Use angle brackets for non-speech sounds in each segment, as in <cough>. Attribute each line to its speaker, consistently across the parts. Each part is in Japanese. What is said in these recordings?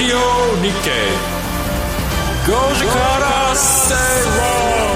Speaker 1: 日経5時から正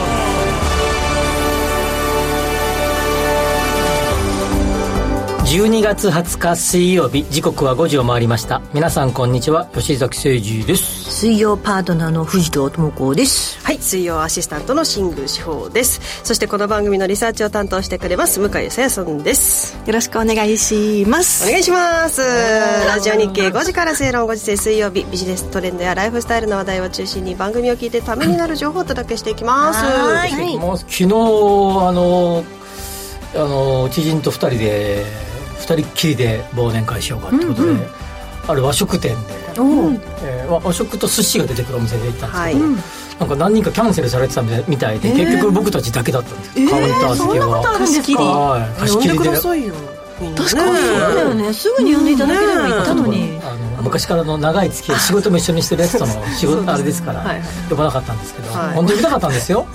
Speaker 2: 論12月20日水曜日時刻は5時を回りました皆さんこんにちは吉崎誠二です
Speaker 3: 水曜パートナーの藤戸智子です
Speaker 4: はい水曜アシスタントの新宮志保ですそしてこの番組のリサーチを担当してくれます向井沙耶さんです
Speaker 5: よろしくお願いします
Speaker 4: お願いしますラジオ日経5時から正論ご時世水曜日ビジネストレンドやライフスタイルの話題を中心に番組を聞いてためになる情報をお届けしていきます
Speaker 2: はいもう昨日あのあの知人と2人で2人っきりで忘年会しようかってことで、うんうん、ある和食店で、うん、えー、和食と寿司が出てくるお店で行ったんですけど、はい、なんか何人かキャンセルされてたみたいで、えー、結局僕たちだけだったんです、えー、カウンター席は、
Speaker 3: えー、貸し切り、
Speaker 2: はい、貸し切りで
Speaker 3: 確かにそうだよね、ね、すぐに呼んでいただければ行ったのに、ね、
Speaker 2: あの昔からの長い付き合い仕事も一緒にしてるやつとの仕事あれですからね、呼ばなかったんですけど、はい、本当に呼びたかったんです <laughs> よ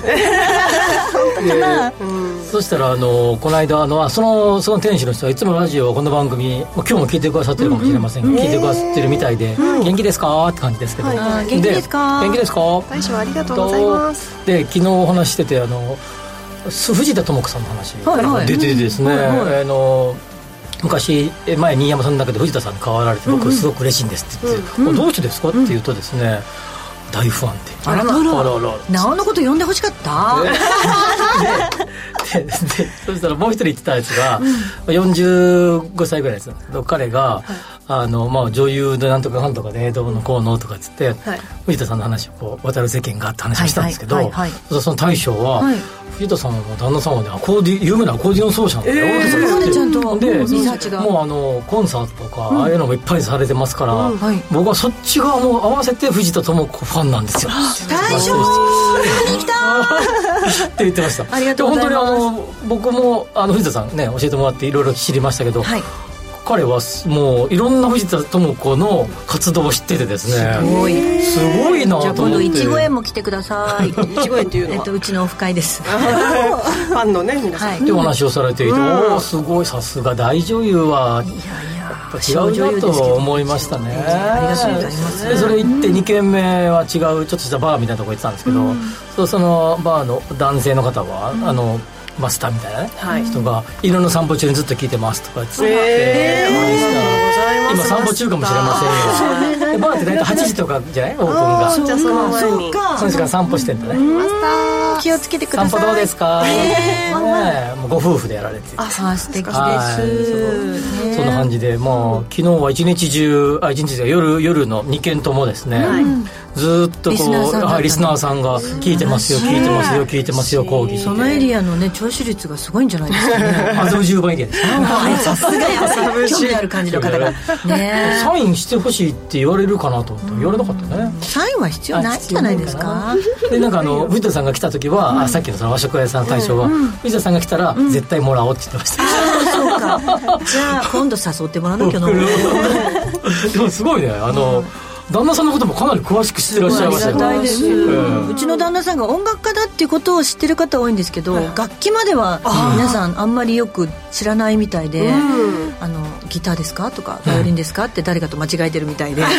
Speaker 2: そしたらあのこの間あのそのその店主の人はいつもラジオこの番組今日も聞いてくださってるかもしれませんが、うんうん、聞いてくださってるみたいで、うん、元気ですかって感じですけど、はい
Speaker 3: はい、元気ですか
Speaker 2: 元気ですか
Speaker 4: 大将ありがとうございます
Speaker 2: で昨日お話しててあの藤田智子さんの話、はいはい、出てですね、はいはい、あの昔前新山さんだけど藤田さんに代わられて僕すごく嬉しいんですって言って、うんうん、どうしてですかって言うとですね、うん、大不安って
Speaker 3: あららららなおのこと呼んでほしかった
Speaker 2: ででそしたらもう一人言ってたやつが、うん、45歳ぐらいですよ彼が、はい、あのまあ、女優でなんとかかんとかでどうのこうのとかっつって、はい、藤田さんの話をこう渡る世間があって話をしたんですけど、はいはい、その大将は、藤田さんの旦那さんはねアコーディ有名なアコーディオン奏者なんで、え
Speaker 3: ー、ちゃんと
Speaker 2: でもうあのコンサートとか、うん、ああいうのもいっぱいされてますから、うんはい、僕はそっち側も合わせて藤田智子ファンなんですよ
Speaker 3: 大将見に来
Speaker 2: たって言ってました
Speaker 3: ありがとうございます
Speaker 2: 本当にあの僕もあの藤田さんね教えてもらっていろいろ知りましたけど、はい彼はもういろんな藤田智子の活動を知っててですね
Speaker 3: すごい
Speaker 2: すごいな
Speaker 3: じゃあ今度いちご園も来てくださ
Speaker 2: <laughs>
Speaker 3: い
Speaker 4: いちご園っていうのは、
Speaker 3: えっと、うちのオフ会です
Speaker 4: ファンのね皆さん、はい、
Speaker 2: ってお話をされていて、うん、おおすごいさすが大女優はい
Speaker 3: やいや
Speaker 2: 違うなと思いましたね
Speaker 3: ありがとうございます
Speaker 2: でそれ行って2軒目は違うちょっとしたバーみたいなとこ行ってたんですけど、うん、そそのバーの男性の方は、うん、あのマスターみたいなね、はい、人が「犬の散歩中にずっと聞いてます」とか言って、えー、今散歩中かもしれませんよ、ね、バーって大体8時とかじゃないオープンが
Speaker 4: じゃあその前に
Speaker 2: その時間散歩してんだねマ
Speaker 4: スター気をつけてください
Speaker 2: 散歩どうですか、えー、ね、もうご夫婦でやられて、
Speaker 3: あそう素敵です
Speaker 2: ね、そんな感じでもう昨日は一日中あ一日中夜夜の2件ともですね、はい、ずっとこうはい、リスナーさんが聞いてますよ聞いてますよ聞いてますよ講義
Speaker 3: そのエリアのね聴取率がすごいんじゃないですかね <laughs>
Speaker 2: 麻布十番エリアです
Speaker 3: さすがや <laughs> 興味ある感じの方 <laughs> が
Speaker 2: ねサインしてほしいって言われるかなと思って言われなかったね
Speaker 3: サインは必要ないじゃないですか
Speaker 2: でなんかあ <laughs> の藤田さんが来た時は、あさっきのその和食屋さんの大将は、藤田さんが来たら、絶対もらおうって言ってました
Speaker 3: そうかじゃあ今度誘ってもらわなきゃな
Speaker 2: <laughs> でもすごいねあの、旦那さんのこともかなり詳しく知ってらっしゃいました
Speaker 3: よね、うん、うちの旦那さんが音楽家だっていうことを知ってる方多いんですけど、はい、楽器までは皆さんあんまりよく知らないみたいで、うん、あのギターですかとかバイオリンですかって誰かと間違えてるみたいで <laughs>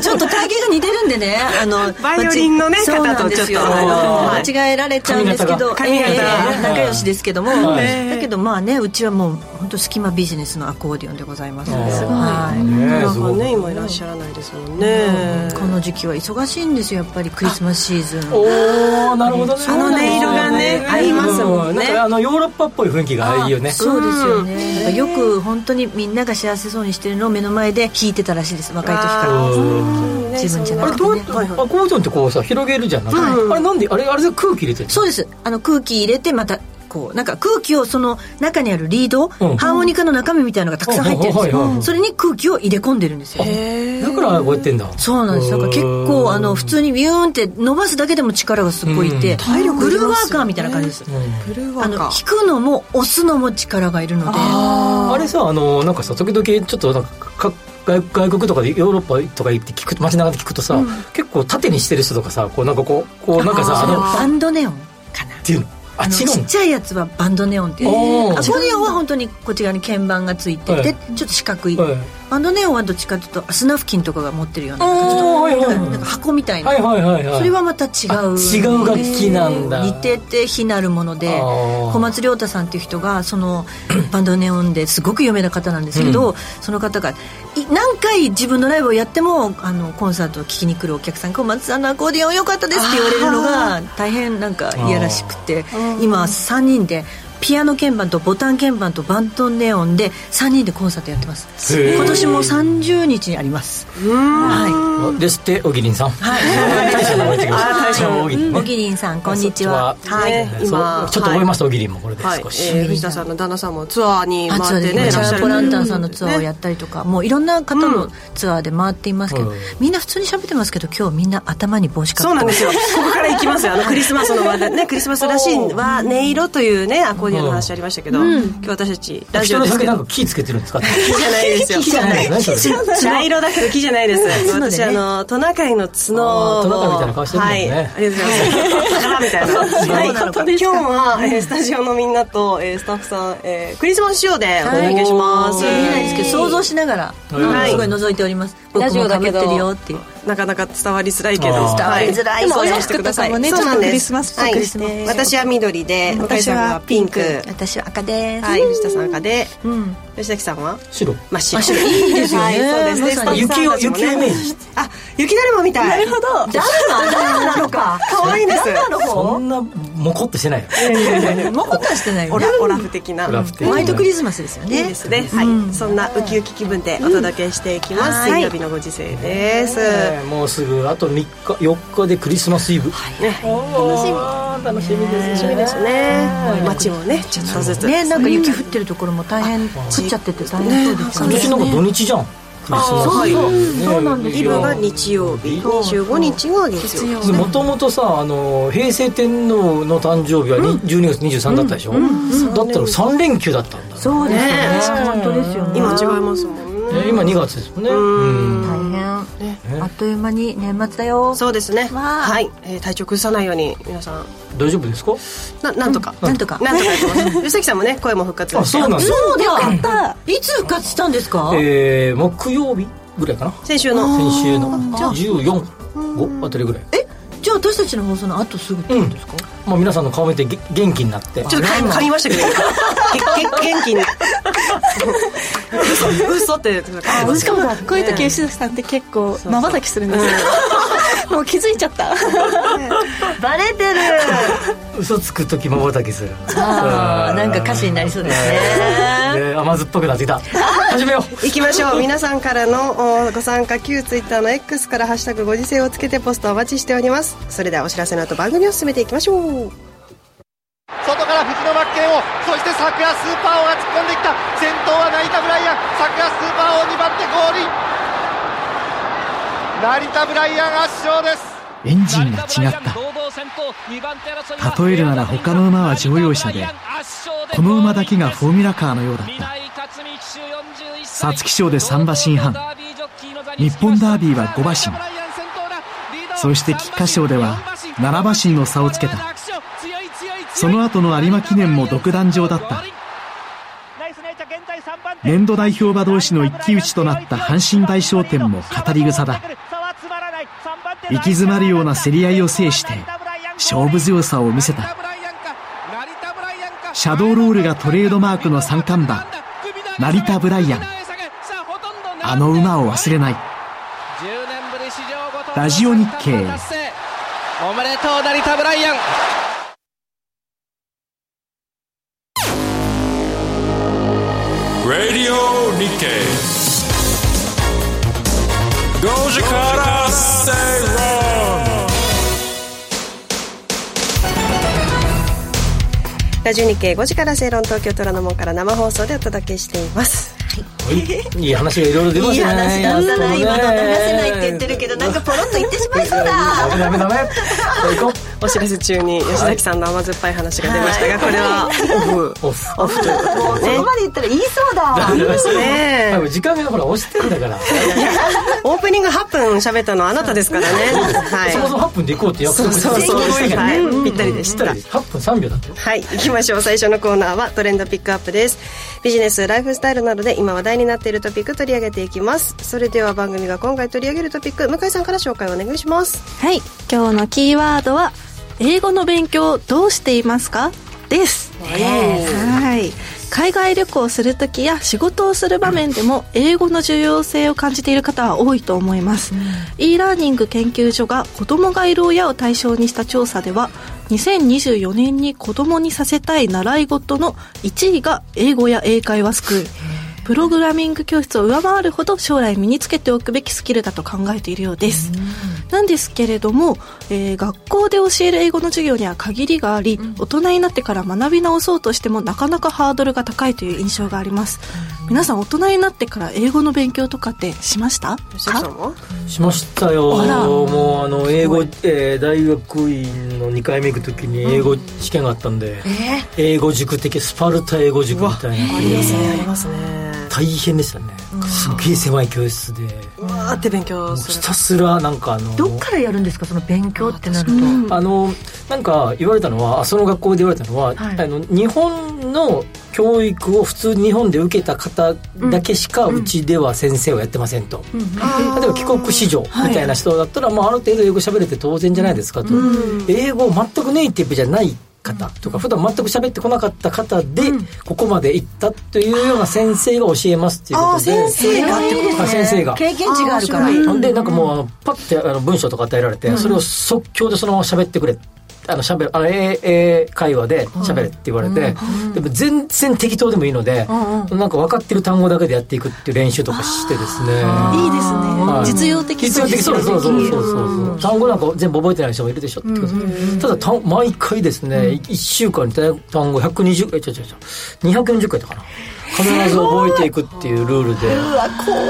Speaker 3: ちょっと体型が似てるんでねあの
Speaker 4: バイオリンのね
Speaker 3: 方とちょっと間違えられちゃうんですけど、
Speaker 4: えー、
Speaker 3: 仲良しですけども、はい、だけどまあねうちはもう本当隙間ビジネスのアコーディオンでございますので、
Speaker 4: すごい、はいね、なかね今いらっしゃらないですもんねね、
Speaker 3: この時期は忙しいんですよやっぱりクリスマスシーズン
Speaker 2: おおなるほどね
Speaker 4: あの音色がね合いますもんね
Speaker 2: あのヨーロッパっぽい雰囲気がいいよね
Speaker 3: そうですよねよく本当にみんなが幸せそうにしてるのを目の前で弾いてたらしいです若い時から自分じゃな
Speaker 2: あ
Speaker 3: くて、ね、
Speaker 2: れどうやってってこうさ広げるじゃない、あれなんであれあれで空気入れてる
Speaker 3: そうですあの空気入れてまたこうなんか空気をその中にあるリード、ハーモニカの中身みたいなのがたくさん入ってるんですよ、それに空気を入れ込んでるんですよ
Speaker 2: だからこうやってんだ
Speaker 3: そうなんですだから結構あの普通にビューンって伸ばすだけでも力がすっごいいて、体力グルーワーカーみたいな感じです、あの弾くのも押すのも力がいるので
Speaker 2: あれさあのなんかさ時々ちょっとなんかか外国とかでヨーロッパとか行って聞く街中で聞くとさ、結構縦にしてる人とかさこうなんかこうこうなんかさあの
Speaker 3: バンドネオンかな
Speaker 2: っていうの
Speaker 3: あちっちゃいやつはバンドネオンっていうアコーディオンは本当にこっち側に鍵盤がついてて、ちょっと四角い、バンドネオはどっちかというとスナフキンとかが持ってるようななんかち
Speaker 2: おーはい
Speaker 3: ょ
Speaker 2: はい
Speaker 3: っ
Speaker 2: は
Speaker 3: と
Speaker 2: い
Speaker 3: なんか箱みたいな、
Speaker 2: はいはいはいはい
Speaker 3: それはまた違う
Speaker 2: あ違う楽器なんだ
Speaker 3: 似てて非なるもので
Speaker 2: あー
Speaker 3: 小松亮太さんっていう人がその <clears throat> バンドネオンですごく有名な方なんですけど、その方がい何回自分のライブをやってもあのコンサートを聴きに来るお客さんが「小松さんのアコーディオン良かったです」って言われるのが大変なんかいやらしくて今3人で。ピアノ鍵盤とボタン鍵盤とバンドネオンで3人でコンサートやってます
Speaker 2: へー
Speaker 3: 今年も30日にありますはい
Speaker 2: ですっておぎりんさん
Speaker 3: はい
Speaker 2: 大将の覚えてきました大将のおぎりんね
Speaker 3: おぎりんさんこんにちは
Speaker 2: こんにち
Speaker 3: はい、
Speaker 4: ね今
Speaker 2: そうちょっと覚えましたおぎりんもこれで
Speaker 4: はい、え
Speaker 2: 少し
Speaker 4: ー、藤田さんの旦那さんもツアーに
Speaker 3: あツア
Speaker 4: 回
Speaker 3: ー
Speaker 4: って
Speaker 3: で
Speaker 4: ね
Speaker 3: ね
Speaker 4: い
Speaker 3: チ
Speaker 4: らっ
Speaker 3: ャ
Speaker 4: しゃ
Speaker 3: ラ
Speaker 4: る
Speaker 3: ポランタンさんのツアーをやったりとか、もういろんな方のツアーで回っていますけど、
Speaker 2: うん
Speaker 3: みんな普通に喋ってますけど今日みんな頭に帽子か
Speaker 4: そう
Speaker 3: ぶっ
Speaker 4: なん
Speaker 3: て
Speaker 4: で
Speaker 3: ます
Speaker 4: よここから行きますよあのクリスマスの話題ねクリスマスらしいは音色というねアコーディオンの話ありましたけど、今日私たちラジ
Speaker 2: 人
Speaker 4: オ
Speaker 2: の
Speaker 4: です
Speaker 2: 酒
Speaker 4: け
Speaker 2: な
Speaker 4: ど
Speaker 2: んか木つけてるんですか
Speaker 4: 木じゃないですよ
Speaker 2: 木じゃないですねそれ
Speaker 4: 茶色だけど木じゃないです。
Speaker 3: 角で
Speaker 4: 私
Speaker 3: ね
Speaker 4: あのトナカイの角
Speaker 2: あ
Speaker 4: を
Speaker 2: ートナカイみたいな顔してるもんね
Speaker 4: はい、ありがとうございます。宝みたいな。はい、今日は、えースタジオのみんなと、えースタッフさん、えークリスマス仕様でお届けします。
Speaker 3: 見えないですけど想像しながら、
Speaker 2: はい
Speaker 3: あのすごい覗いております僕も被ってるよっていう
Speaker 4: なかなか伝わりづらいけど
Speaker 2: あー
Speaker 4: は
Speaker 3: 伝わりづらい
Speaker 4: でも
Speaker 3: それ
Speaker 4: 応援してください
Speaker 5: 作った方も
Speaker 4: そ
Speaker 5: ね
Speaker 4: うなんです
Speaker 5: ちょっとクリスマスっぽくして
Speaker 4: はい私は緑で向井さんがピンク
Speaker 3: 私は赤です、
Speaker 4: はい藤田さんがで
Speaker 3: うん、
Speaker 4: 吉崎さんは
Speaker 2: 白
Speaker 4: 真っ白
Speaker 3: 真っ白いいですよね
Speaker 4: はいそうですね
Speaker 3: まさに
Speaker 4: スタッフさんたちもね
Speaker 2: 雪を雪をイメージし
Speaker 4: あ雪だるまみたいなるほど
Speaker 3: ダルマダルマなのか
Speaker 4: 可愛いです
Speaker 2: そんなモコっとしてないよ
Speaker 3: もこっとはしてないよ
Speaker 4: オ
Speaker 3: ね
Speaker 4: ラオラフ的な
Speaker 2: オラフ的
Speaker 4: うん
Speaker 2: な
Speaker 3: ホワイトクリスマスですよ
Speaker 4: いい
Speaker 3: ね
Speaker 4: ですね、はい、そんなウキウキ気分でお届けしていきます、
Speaker 3: はい
Speaker 4: 水曜日のご時世です、
Speaker 2: ねえもうすぐあと3日4日でクリスマスイブ楽しみ楽しみですね
Speaker 4: 楽しみですね街もねちょっとずつ
Speaker 3: ねなんか雪降ってるところも大変降っちゃってて大変そうです
Speaker 2: 今年な
Speaker 3: よね
Speaker 2: んか土日じゃんクリスマス
Speaker 4: そうそう
Speaker 2: ね
Speaker 3: そうなんです
Speaker 4: イブが日曜日25日が月曜日
Speaker 2: もともとさあの平成天皇の誕生日はに12月23だったでしょ、だったら3連休だったんだ、ね
Speaker 3: そうですよね
Speaker 2: ね
Speaker 3: 本当ですよね
Speaker 4: 今違いますもんね
Speaker 2: 今2月ですもんねうん
Speaker 3: 大変あっという間に年末だよ
Speaker 4: そうですね
Speaker 3: わあ
Speaker 4: はい、えー体調崩さないように皆さん
Speaker 2: 大丈夫ですか
Speaker 4: ななんとか、
Speaker 3: なんとか
Speaker 4: なんとかやってます <laughs> 吉崎さんもね声も復活
Speaker 2: あそうなんです
Speaker 3: そうだいつ復活したんですか
Speaker 2: えー、木曜日ぐらいかな
Speaker 4: 先週の
Speaker 2: 先週の145あたりぐらい
Speaker 3: えじゃあ私たちの放送のあとすぐってことですか
Speaker 2: まあ皆さんの顔見てげ元気になって
Speaker 4: ちょっとか噛みましたけど今げげ元気に嘘嘘って
Speaker 5: あしかもこういう時
Speaker 4: ね
Speaker 5: 吉崎さんって結構まばたきするんですよもう気づいちゃった
Speaker 3: バレてる
Speaker 2: 嘘つく時まばたきする
Speaker 3: あーなんか歌詞になりそうですね
Speaker 2: で甘酸っぱくなってきた始めよう
Speaker 4: 行きましょう皆さんからのおご参加旧ツイッターの X から「ハッシュタグご時世」をつけてポストお待ちしておりますそれではお知らせの後番組を進めていきましょう
Speaker 6: 外から藤野真剣をそして桜スーパー王が突っ込んできた先頭は成田ブライアン桜スーパー王2番手ゴールイン成田ブライアン圧勝です
Speaker 7: エンジンが違った
Speaker 8: 例えるなら他の馬は乗用車で
Speaker 7: こ
Speaker 8: こ
Speaker 7: の
Speaker 8: の
Speaker 7: 馬
Speaker 8: 馬
Speaker 7: だ
Speaker 8: だ
Speaker 7: け
Speaker 8: け
Speaker 7: が
Speaker 8: が
Speaker 7: フ
Speaker 8: フ
Speaker 7: ォ
Speaker 8: ォ
Speaker 7: ー
Speaker 8: ー
Speaker 7: ミ
Speaker 8: ミ
Speaker 7: ュ
Speaker 8: ュラ
Speaker 7: ラカ
Speaker 8: カ
Speaker 7: ー
Speaker 8: ーの
Speaker 7: のよ
Speaker 8: よ
Speaker 7: う
Speaker 8: う
Speaker 7: だ
Speaker 8: だ
Speaker 7: っ
Speaker 8: ったた
Speaker 7: 皐月賞で3馬身半
Speaker 8: 日本ダービーは5馬身
Speaker 7: そして菊花賞では7馬身の差をつけたその後の有馬記念も独壇場だった
Speaker 8: 年
Speaker 7: 年
Speaker 8: 度
Speaker 7: 度
Speaker 8: 代
Speaker 7: 代
Speaker 8: 表
Speaker 7: 表
Speaker 8: 馬
Speaker 7: 馬
Speaker 8: 同
Speaker 7: 同
Speaker 8: 士
Speaker 7: 士
Speaker 8: の
Speaker 7: の
Speaker 8: 一
Speaker 7: 一
Speaker 8: 騎
Speaker 7: 騎
Speaker 8: 打
Speaker 7: 打
Speaker 8: ち
Speaker 7: ち
Speaker 8: と
Speaker 7: と
Speaker 8: な
Speaker 7: な
Speaker 8: っ
Speaker 7: ったた
Speaker 8: 阪
Speaker 7: 阪
Speaker 8: 神
Speaker 7: 神
Speaker 8: 大
Speaker 7: 大
Speaker 8: 賞
Speaker 7: 賞
Speaker 8: 典
Speaker 7: 典
Speaker 8: も
Speaker 7: も
Speaker 8: 語
Speaker 7: 語
Speaker 8: り
Speaker 7: り
Speaker 8: 草
Speaker 7: 草
Speaker 8: だ
Speaker 7: だ
Speaker 8: 行
Speaker 7: 行
Speaker 8: き
Speaker 7: き
Speaker 8: 詰
Speaker 7: 詰
Speaker 8: ま
Speaker 7: ま
Speaker 8: る
Speaker 7: る
Speaker 8: よう
Speaker 7: よう
Speaker 8: な
Speaker 7: な
Speaker 8: 競
Speaker 7: 競
Speaker 8: り
Speaker 7: り
Speaker 8: 合
Speaker 7: 合
Speaker 8: い
Speaker 7: い
Speaker 8: を
Speaker 7: を
Speaker 8: 制
Speaker 7: 制
Speaker 8: し
Speaker 7: してて
Speaker 8: 勝
Speaker 7: 勝
Speaker 8: 負
Speaker 7: 負
Speaker 8: 強
Speaker 7: 強
Speaker 8: さ
Speaker 7: さ
Speaker 8: を
Speaker 7: を
Speaker 8: 見
Speaker 7: 見
Speaker 8: せ
Speaker 7: せ
Speaker 8: た
Speaker 7: たシャドーロールがトレードマークの三冠馬成田ブライアン
Speaker 8: あ
Speaker 7: あ
Speaker 8: の
Speaker 7: の
Speaker 8: 馬
Speaker 7: 馬
Speaker 8: を
Speaker 7: を
Speaker 8: 忘
Speaker 7: 忘
Speaker 8: れ
Speaker 7: れ
Speaker 8: ない
Speaker 7: ラジオ日経
Speaker 6: おめでとう成田ブライアン
Speaker 1: ラディオ日経5時から正論
Speaker 4: ラジオ日経5時から正論東京虎ノ門から生放送でお届けしています
Speaker 2: いい話がいろいろ出ま
Speaker 3: い
Speaker 2: し
Speaker 3: い
Speaker 2: たね
Speaker 3: 話だったな
Speaker 2: ね
Speaker 3: 今の話せないって言ってるけどなんかポロッと言ってしまいそうだ
Speaker 2: ダメダメダメさあ行こ
Speaker 4: お知らせ中に吉崎さんの甘酸っぱい話が出ましたがこれはオフ
Speaker 2: うオフ
Speaker 4: オフという
Speaker 3: もうそ
Speaker 4: こ
Speaker 3: こまで言ったら言いそうだ
Speaker 4: とですね
Speaker 2: 時間がほら押してんだから
Speaker 4: <laughs> オープニング8分喋ったのあなたですからねはい
Speaker 2: そもそも8分で行こうって約
Speaker 4: そう
Speaker 2: 束して
Speaker 4: そうそうはいぴったりで
Speaker 2: し
Speaker 4: したた
Speaker 2: り8分3秒だって
Speaker 4: はい行きましょう最初のコーナーはトレンドピックアップですビジネスライフスタイルなどで今話題になっているトピック取り上げていきますそれでは番組が今回取り上げるトピック向井さんから紹介お願いします
Speaker 5: はい今日のキーワードは英語の勉強どうしていますかですはい海外旅行をする時や仕事をする場面でも英語の重要性を感じている方は多いと思います、うん、e ラーニング研究所が子どもがいる親を対象にした調査では2024年に子どもにさせたい習い事の1位が英語や英会話スクールプログラミング教室を上回るほど将来身につけておくべきスキルだと考えているようです、うん、なんですけれども、えー、学校で教える英語の授業には限りがあり、うん、大人になってから学び直そうとしてもなかなかハードルが高いという印象があります、うん、皆さん大人になってから英語の勉強とかってしました
Speaker 2: しましたよもうあの英語、えー、大学院の2回目行く時に英語試験があったんで、えー、英語塾的スパルタ英語塾みたいな
Speaker 4: ありますねありますね
Speaker 2: 大変でしたね、うん、すげえ狭い教室で
Speaker 4: わーって勉強
Speaker 2: ひたすらなんかあの
Speaker 3: どっからやるんですかその勉強ってなると、
Speaker 2: うん、あのなんか言われたのはその学校で言われたのは、はい、あの日本の教育を普通日本で受けた方だけしかうちでは先生をやってませんと、うんうん、例えば帰国子女みたいな人だったら、はい、まあ、ある程度英語喋れて当然じゃないですかと、英語全くネイティブじゃない方とか普段全く喋ってこなかった方でここまで行ったというような先生が教えますっていうことで、
Speaker 4: うん、先生がってこと
Speaker 2: 先生が
Speaker 3: 経験値があるから
Speaker 2: でなんかもうあのパッてあの文章とか与えられてそれを即興でそのまま喋ってくれあの喋あの英英会話で喋れって言われて、でも全然適当でもいいので、うなんか分かってる単語だけでやっていくっていう練習とかしてですねいいですね、
Speaker 5: はい、実用的
Speaker 2: 実用的そうそうそうそうそう単語なんか全部覚えてない人もいるでしょってこと、ただた毎回ですね、う1週間に単語120回ちょちょちょ240回とかな必ず覚えていくっていうルールで
Speaker 3: うわ怖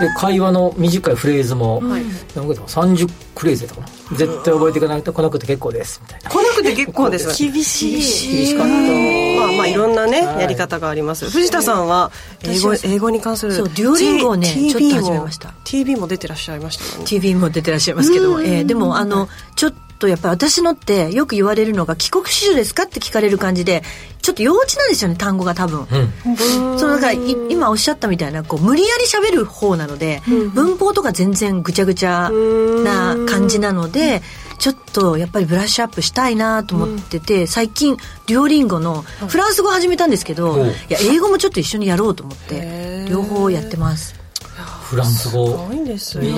Speaker 2: で会話の短いフレーズも、はい、30フレーズだったかな絶対覚えていかなくて来なくて結構ですみたいな
Speaker 4: 来なくて結構です
Speaker 3: 厳しい厳
Speaker 4: しかったまあまあいろんなね、はい、やり方があります藤田さんは英語英語に関する
Speaker 3: そうデュオリンゴをね、T、ちょっと始めました
Speaker 4: TV も出てらっしゃいましたよね
Speaker 3: TV も出てらっしゃいますけど、えー、でもあのちょっととやっぱ私のってよく言われるのが帰国子女ですかって聞かれる感じでちょっと幼稚なんですよね単語が多分、うん、そうだから今おっしゃったみたいなこう無理やり喋る方なので、うん、文法とか全然ぐちゃぐちゃな感じなのでちょっとやっぱりブラッシュアップしたいなと思ってて、うん、最近デュオリンゴのフランス語始めたんですけど、いや英語もちょっと一緒にやろうと思って両方やってます。
Speaker 2: フランス語みんなね覚える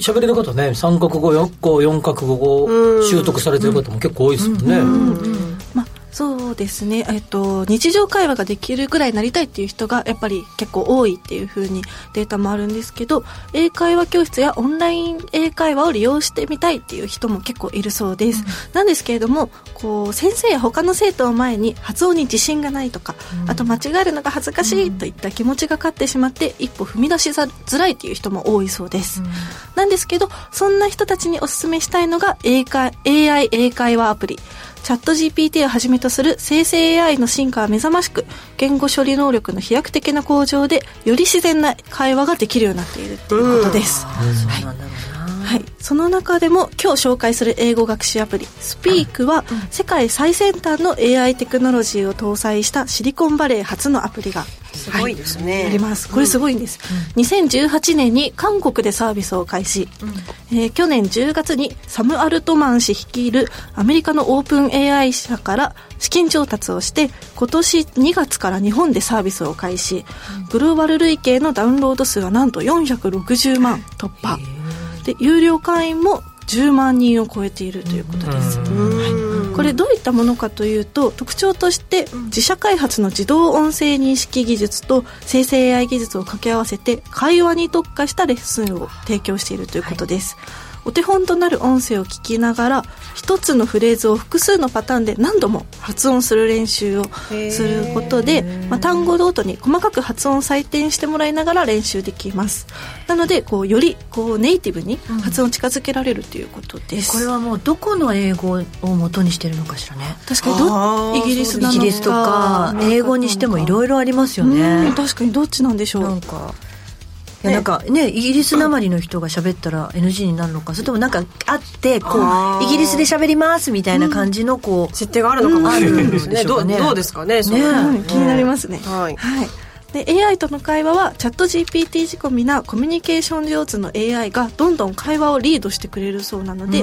Speaker 2: 喋れる方ね3か国語4個4か国語習得されてる方も結構多いですもんね。
Speaker 5: まあ、そうですね、えっと、日常会話ができるぐらいになりたいっていう人がやっぱり結構多いっていうふうにデータもあるんですけど英会話教室やオンライン英会話を利用してみたいっていう人も結構いるそうです、うん、なんですけれどもこう先生や他の生徒を前に発音に自信がないとか、うん、あと間違えるのが恥ずかしいといった気持ちが勝ってしまって一歩踏み出しづらいっていう人も多いそうです、うん、なんですけどそんな人たちにおすすめしたいのが英会 AI 英会話アプリチャット GPT をはじめとする生成 AI の進化は目覚ましく、言語処理能力の飛躍的な向上で、より自然な会話ができるようになっているということです。はい、その中でも今日紹介する英語学習アプリスピークは世界最先端の AI テクノロジーを搭載したシリコンバレー初のアプリが
Speaker 4: すごいですね、はい、
Speaker 5: ありますこれすごいんです、うん、2018年に韓国でサービスを開始、うん、えー、去年10月にサム・アルトマン氏率いるアメリカのオープン AI 社から資金調達をして今年2月から日本でサービスを開始グローバル累計のダウンロード数はなんと460万突破、で有料会員も10万人を超えているということです、はい、これどういったものかというと特徴として自社開発の自動音声認識技術と生成 AI 技術を掛け合わせて会話に特化したレッスンを提供しているということです、はい、お手本となる音声を聞きながら一つのフレーズを複数のパターンで何度も発音する練習をすることで、まあ、単語ごとに細かく発音を採点してもらいながら練習できますなのでこうよりこうネイティブに発音を近づけられるということです、
Speaker 3: うん、これはもうどこの英語を元にしてるのかしらね
Speaker 5: 確かにイギリス
Speaker 3: イギリスとか英語にしてもいろいろありますよね
Speaker 5: 確かにどっちなんでしょう
Speaker 3: なんかいやなんかねイギリスなまりの人が喋ったら NG になるのかそれともなんかあってこうイギリスで喋りますみたいな感じのこう、
Speaker 4: 設定があるのかもしれないですねどうですかね
Speaker 5: ね気になりますねはいで AI との会話はチャット GPT 仕込みなコミュニケーション上手の AI がどんどん会話をリードしてくれるそうなので、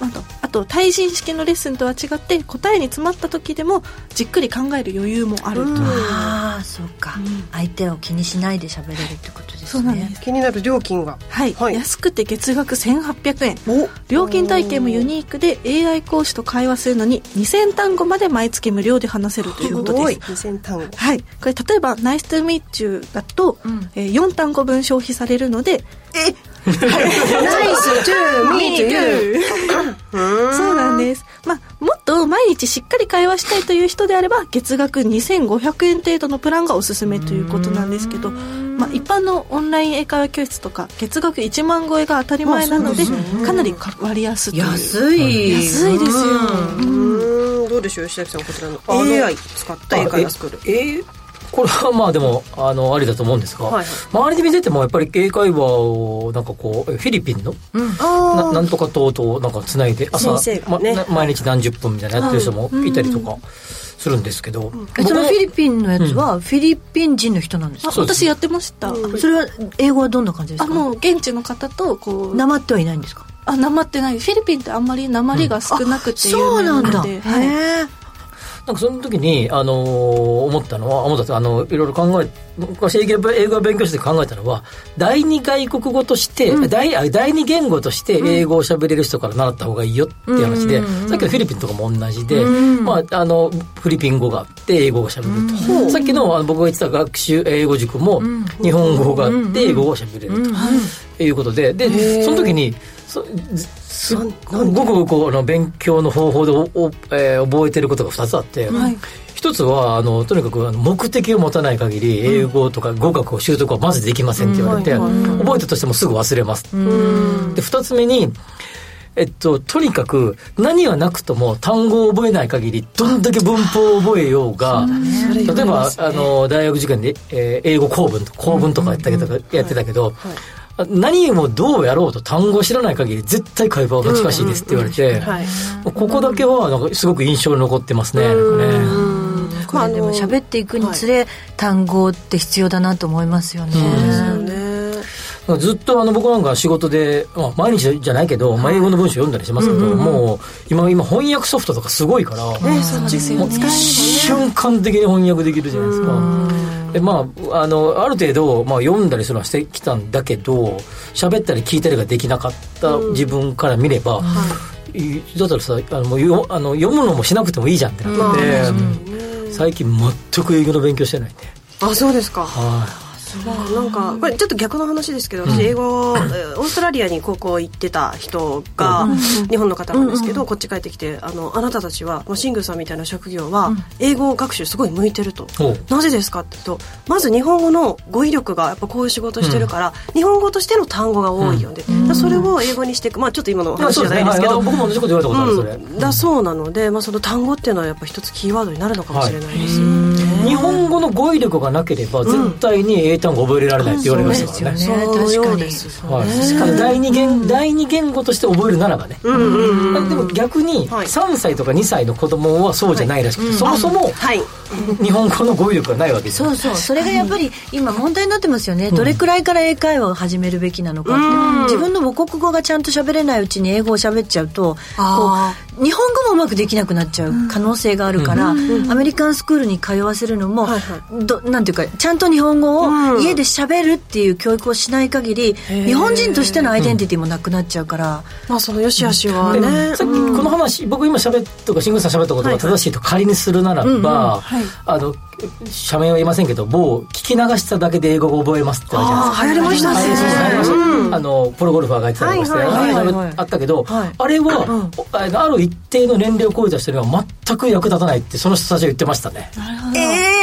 Speaker 5: あとあと対人式のレッスンとは違って答えに詰まった時でもじっくり考える余裕もあると、
Speaker 3: ああそうか、相手を気にしないで喋れるってことですね
Speaker 5: そうなんです
Speaker 4: 気になる料金が
Speaker 5: はい、
Speaker 4: はい
Speaker 5: 安くて月額1800円
Speaker 4: お
Speaker 5: 料金体系もユニークで AI 講師と会話するのに2000単語まで毎月無料で話せるということです
Speaker 4: 2000単語
Speaker 5: はい、これ例えば「ナイス・トゥ・ミーチュー」だと、えー4単語分消費されるので
Speaker 4: ナイストゥーミートゥー
Speaker 5: そうなんです、まあ、もっと毎日しっかり会話したいという人であれば月額2500円程度のプランがおすすめということなんですけど、まあ、一般のオンライン英会話教室とか月額1万超えが当たり前なのでかなりか割安という
Speaker 3: 安い
Speaker 5: 安いですよ、
Speaker 4: うーんどうでしょう吉崎さんこちらの AI 使った英会話スクールえ
Speaker 2: これはまあでもあのありだと思うんですが、
Speaker 4: はいはい
Speaker 2: 周りで見ててもやっぱり英会話をなんかこうえフィリピンのななんとか党となんかつないで朝、
Speaker 4: 先生がね
Speaker 2: まな毎日何十分みたいなやってる人もいたりとかするんですけど、僕
Speaker 3: え
Speaker 2: も
Speaker 3: そのフィリピンのやつはフィリピン人の人なんです
Speaker 5: あ
Speaker 3: か、
Speaker 2: そうです
Speaker 5: 私やってました、
Speaker 3: それは英語はどんな感じです
Speaker 5: あ
Speaker 3: か
Speaker 5: もう現地の方とこう
Speaker 3: なまってはいないんですか
Speaker 5: あ、なまってない。フィリピンってあんまりなまりが少なくて有
Speaker 3: そう
Speaker 5: 名
Speaker 3: な
Speaker 5: なの
Speaker 3: ん
Speaker 5: で、
Speaker 3: だ、
Speaker 5: はい
Speaker 3: へえ
Speaker 2: なんかその時に、あのー思ったのは、思ったってあの、いろいろ考え、昔英語英語を勉強して考えたのは、第二外国語として、第あ第二言語として英語を喋れる人から習った方がいいよっていう話で、さっきのフィリピンとかも同じで、まあ、あの、フィリピン語があって英語が喋れると。さっきのあの僕が言ってた学習英語塾も、日本語があって英語が喋れると。いうことで、で、その時に、そずすっごくこうあの勉強の方法でおお、えー覚えてることが2つあって、
Speaker 5: はい
Speaker 2: 一つはあのとにかくあの目的を持たない限り英語とか語学を習得はまずできませんって言われて、覚えたとしてもすぐ忘れます。で二つ目にえっと、とにかく何はなくとも単語を覚えない限りどんだけ文法を覚えようが例えばあの大学受験で、えー英語公文と公文とかやったけど、やってたけど、あ何もどうやろうと単語を知らない限り絶対会話は難しいですって言われて、
Speaker 4: はい
Speaker 2: ここだけはなんかすごく印象に残ってますね。なんかね
Speaker 3: これでも喋っていくにつれ、単語って必要だなと思いますよね、
Speaker 4: ね
Speaker 2: ずっとあの僕なんか仕事で、まあ、毎日じゃないけど、まあ、英語の文章読んだりしますけど、もう今今翻訳ソフトとかすごいから、
Speaker 5: そうですよ
Speaker 2: もう
Speaker 5: ね。
Speaker 2: 瞬間的に翻訳できるじゃないですか。でまあ、あのある程度、まあ、読んだりするのはしてきたんだけど喋ったり聞いたりができなかった自分から見れば、いだったらさあのもうよあの読むのもしなくてもいいじゃんってなって、最近全く英語の勉強してないね。
Speaker 4: あそうですか
Speaker 2: はい
Speaker 4: なんかこれちょっと逆の話ですけど私英語えーオーストラリアに高校行ってた人が日本の方なんですけどこっち帰ってきてあのあなたたちはまあシングさんみたいな職業は英語学習すごい向いてると
Speaker 2: おう
Speaker 4: なぜですかって言うとまず日本語の語彙力がやっぱこういう仕事してるから日本語としての単語が多いよねだからそれを英語にしていくまあちょっと今のお話じゃないですけ
Speaker 2: やそ
Speaker 4: ど
Speaker 2: うねはいあ僕も同じこと言われたことある、それ。
Speaker 4: うん、だそうなので、まあ、その単語っていうのはやっぱ一つキーワードになるのかもしれないですよね。
Speaker 2: 日本語の語彙力がなければ絶対に英単語覚えられないって言われましたからね。
Speaker 3: ね
Speaker 4: そう
Speaker 3: 確
Speaker 4: よ
Speaker 3: か
Speaker 4: う
Speaker 3: に
Speaker 4: です
Speaker 2: はい、しかも第二言、第二言語として覚えるならばね、でも逆に
Speaker 4: はい
Speaker 2: 3歳とか2歳の子供はそうじゃないらしくて、そもそも
Speaker 4: はい、
Speaker 2: 日本語の語彙力がないわけですよ
Speaker 3: そうそうそれがやっぱり今問題になってますよね、どれくらいから英会話を始めるべきなのかって、自分の母国語がちゃんと喋れないうちに英語を喋っちゃうとこう日本語もうまくできなくなっちゃう可能性があるから、アメリカンスクールに通わせるのも、
Speaker 4: はいは
Speaker 3: どなんていうかちゃんと日本語を家で喋るっていう教育をしない限り、日本人としてのアイデンティティもなくなっちゃうから、
Speaker 4: まあその良し悪しは
Speaker 2: で
Speaker 4: ね、
Speaker 2: さっきこの話、僕今喋っとか新宮さん喋ったことが正しいと仮にするならば、あの社名は言いませんけど某聞き流しただけで英語を覚えますってあるじゃないですか
Speaker 4: あ流行りました
Speaker 2: あれそうそうありま
Speaker 4: ね。
Speaker 2: したあのプロゴルファーがやってたりとかして、
Speaker 4: はいはい
Speaker 3: はいはい
Speaker 2: あれあったけど、
Speaker 3: はい
Speaker 2: あれは、おあのある一定の年齢を超えた人には全く役立たないってその人たちが言ってましたね。えー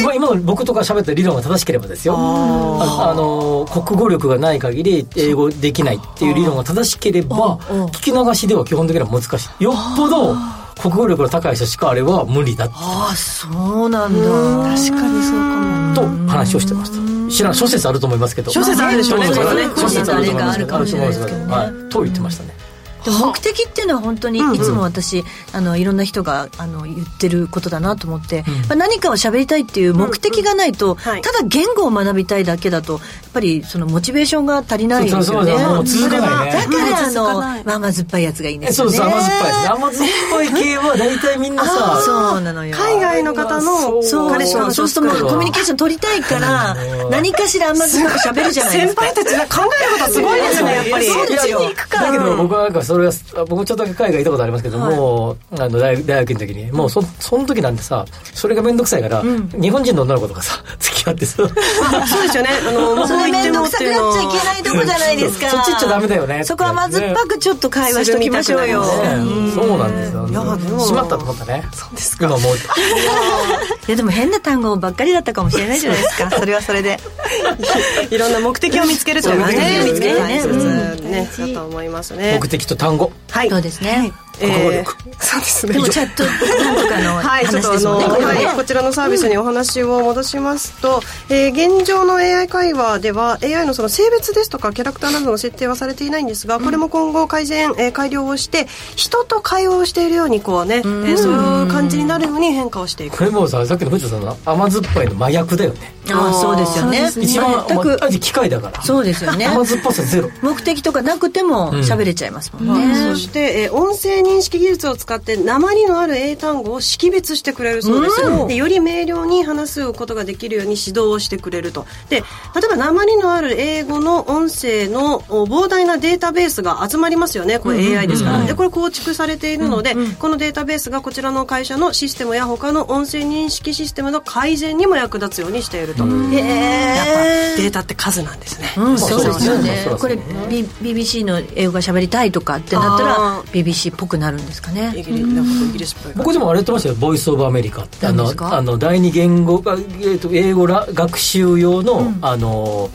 Speaker 2: 今今の僕とか喋った理論が正しければですよああの国語力がない限り英語できないっていう理論が正しければ聞き流しでは基本的には難しいよっぽど国語力の高い人しかあれは無理だ
Speaker 3: ああそうなんだ
Speaker 5: 確かにそうかも。
Speaker 2: と話をしてました知らん諸説あると思いますけど
Speaker 4: 諸説あるでしょうね
Speaker 2: 諸
Speaker 4: これは
Speaker 2: 説
Speaker 4: ね
Speaker 2: 諸説あると思います
Speaker 3: 個人のあれがあるかもしれないですけどね
Speaker 2: はいと言ってましたね
Speaker 3: でも目的っていうのは本当にいつも私、あのいろんな人があの言ってることだなと思って、まあ、何かを喋りたいっていう目的がないと、ただ言語を学びたいだけだとやっぱりそのモチベーションが足りないですよねだ
Speaker 2: から
Speaker 3: あの、まあ、甘酸っぱいやつがいいんですよね
Speaker 2: そう甘酸っぱいです甘酸っぱい系は大体みんなさ
Speaker 3: そうなのよ
Speaker 4: 海外の方の
Speaker 3: 彼氏そうするとコミュニケーション取りたいから何かしら甘酸っぱく喋るじゃないですか
Speaker 4: 先輩たちが考えることすごいですねやっぱり
Speaker 3: そうですよ
Speaker 2: だけど僕はなんかそれは僕もちょっとだけ海外行ったことありますけども、あの大学の時にもうそその時なんてさそれが面倒くさいから、日本人の女の子とかさ <laughs> 付き合ってさ
Speaker 4: そうですよねあの
Speaker 3: それ面倒くさくなっちゃいけないとこじゃないですか
Speaker 2: そっち行っちゃダメだよね
Speaker 3: そこは甘酸っぱくちょっと会話しときましょうよ、
Speaker 2: そうなんですよしまったと思ったね
Speaker 4: そうですか
Speaker 2: 今思う
Speaker 3: いやでも変な単語ばっかりだったかもしれないじゃな
Speaker 2: <laughs>
Speaker 3: いですかそれはそれで
Speaker 4: <laughs> いろんな目的を見つけるというかね見つける大切ねだと思いますね
Speaker 2: 目的と単語
Speaker 4: はい
Speaker 3: そうですね
Speaker 4: えー、そうですね
Speaker 3: でもチャットなんとかの
Speaker 4: はいちょっとあの、こちらのサービスにお話を戻しますと、えー、現状の AI 会話では AI のその性別ですとかキャラクターなどの設定はされていないんですがこれも今後改善、えー、改良をして人と会話をしているようにこうね、えー、そういう感じになるように変化をしていく
Speaker 2: これもささっきの藤田さんの甘酸っぱいの真逆だよね
Speaker 3: ああそうですよね
Speaker 2: 一番全く味機械だから
Speaker 3: そうですよね
Speaker 2: 甘酸っぱさゼロ
Speaker 3: 目的とかなくても喋れちゃいますもんね、
Speaker 4: そして、えー、音声認識技術を使って鉛のある英単語を識別してくれるそうです、うん、でより明瞭に話すことができるように指導をしてくれるとで例えば鉛のある英語の音声の膨大なデータベースが集まりますよねこれ AI ですから、でこれ構築されているので、このデータベースがこちらの会社のシステムや他の音声認識システムの改善にも役立つようにしていると、うん、やっぱデータって数なんですね、
Speaker 3: うん、そうですよねこれ、B、BBC の英語が喋りたいとかってなったら BBC っぽくなるんですですかね。イギリ
Speaker 2: スっぽい。僕でもあれやってましたよ。ボイスオブアメリカって。あの、あの第二言語、えっ、ー、と、英語ら学習用の、うん、あの。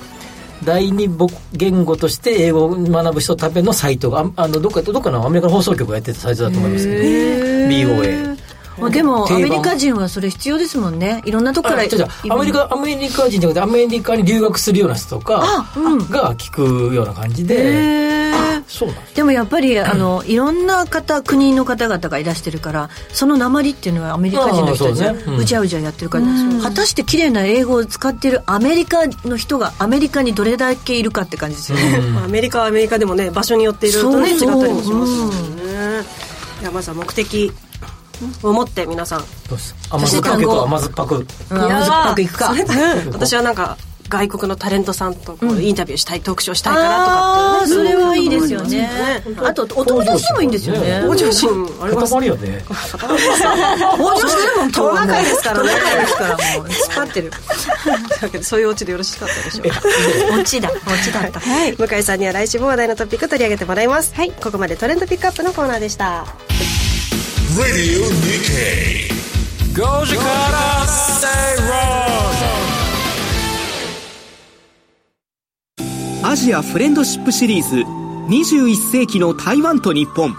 Speaker 2: 第二言語として英語を学ぶ人ためのサイトがあのどっかどっかのアメリカの放送局がやってたサイトだと思いますけど、ね、BOA
Speaker 3: まあ、でもアメリカ人はそれ必要ですもんねいろんなとこから
Speaker 2: アメリカアメリカ人じゃなくてアメリカに留学するような人とかが聞くような感じで。そう
Speaker 3: でもやっぱりあの、いろんな方国の方々がいらしてるからその鉛っていうのはアメリカ人の人たちがうじゃうじゃやってるから、果たして綺麗な英語を使ってるアメリカの人がアメリカにどれだけいるかって感じですよね、
Speaker 4: アメリカはアメリカでもね場所によっていろいろとね違ったりもしますもんね、いやまずは目的思って皆さん
Speaker 2: 甘酸っぱく甘酸っぱく
Speaker 3: 甘酸っぱくいくか、
Speaker 4: 私はなんか外国のタレントさんとインタビューしたい、特集したいかなとか
Speaker 3: って、それはいいですよねあとお友達でもいいんですよね
Speaker 4: お上司
Speaker 2: あれ固まるよね
Speaker 4: 固まるお上司でもトナカイです <laughs> からね
Speaker 3: ですからもう突っ張ってる
Speaker 4: そういうオチでよろしかったでしょ
Speaker 3: うオチだ <laughs> オチだった、
Speaker 4: 向井さんには来週も話題のトピック取り上げてもらいます、はい、ここまでトレンドピックアップのコーナーでした「Radio Nikkei」5時から
Speaker 9: 「アジアフレンドシップシリーズ21世紀の台湾と日本」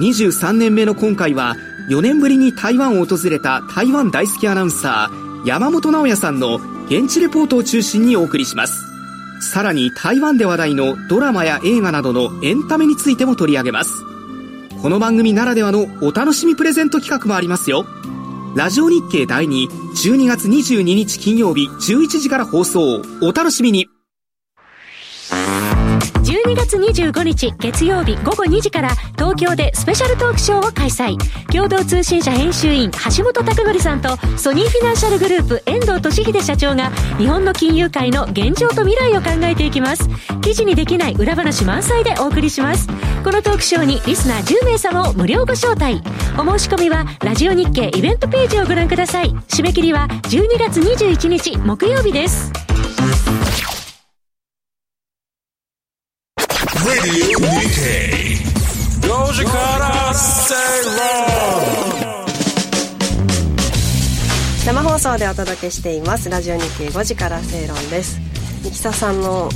Speaker 9: 23年目の今回は4年ぶりに台湾を訪れた台湾大好きアナウンサー山本直也さんの現地レポートを中心にお送りしますさらに台湾で話題のドラマや映画などのエンタメについても取り上げますこの番組ならではのお楽しみプレゼント企画もありますよ。ラジオ日経第2、12月22日金曜日11時から放送。お楽しみに。
Speaker 10: 12月25日月曜日午後2時から東京でスペシャルトークショーを開催共同通信社編集員橋本拓則さんとソニーフィナンシャルグループ遠藤俊秀社長が日本の金融界の現状と未来を考えていきます記事にできない裏話満載でお送りしますこのトークショーにリスナー10名様を無料ご招待お申し込みはラジオ日経イベントページをご覧ください締め切りは12月21日木曜日です
Speaker 4: 生放送でお届けしていますラジオ日経5時から正論です三木さんの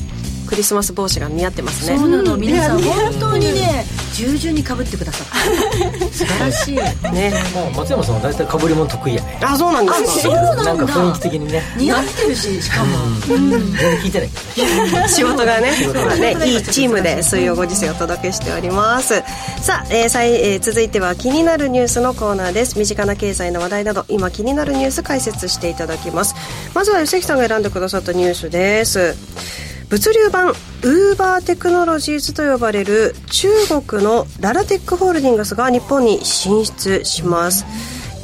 Speaker 4: クリスマス帽子が似合ってますね
Speaker 3: そうなの皆さん本当にね従順にかぶってくださった
Speaker 2: <laughs>
Speaker 3: 素晴らしい
Speaker 2: ねもう松山さんは大体かぶりも得意やね
Speaker 4: あそうなんですか
Speaker 3: そうなんだ
Speaker 2: なんか雰囲気的にね
Speaker 3: 似合ってるししかも、
Speaker 2: 全然聞いてないけどね
Speaker 4: <laughs> 仕事がね
Speaker 2: 事が
Speaker 4: そうだねいいチームでそういうご時世をお届けしておりますさあ、えー最えー続いては気になるニュースのコーナーです身近な経済の話題など今気になるニュース解説していただきますまずは吉崎さんが選んでくださったニュースです物流版ウーバーテクノロジーズと呼ばれる中国のララテックホールディングスが日本に進出します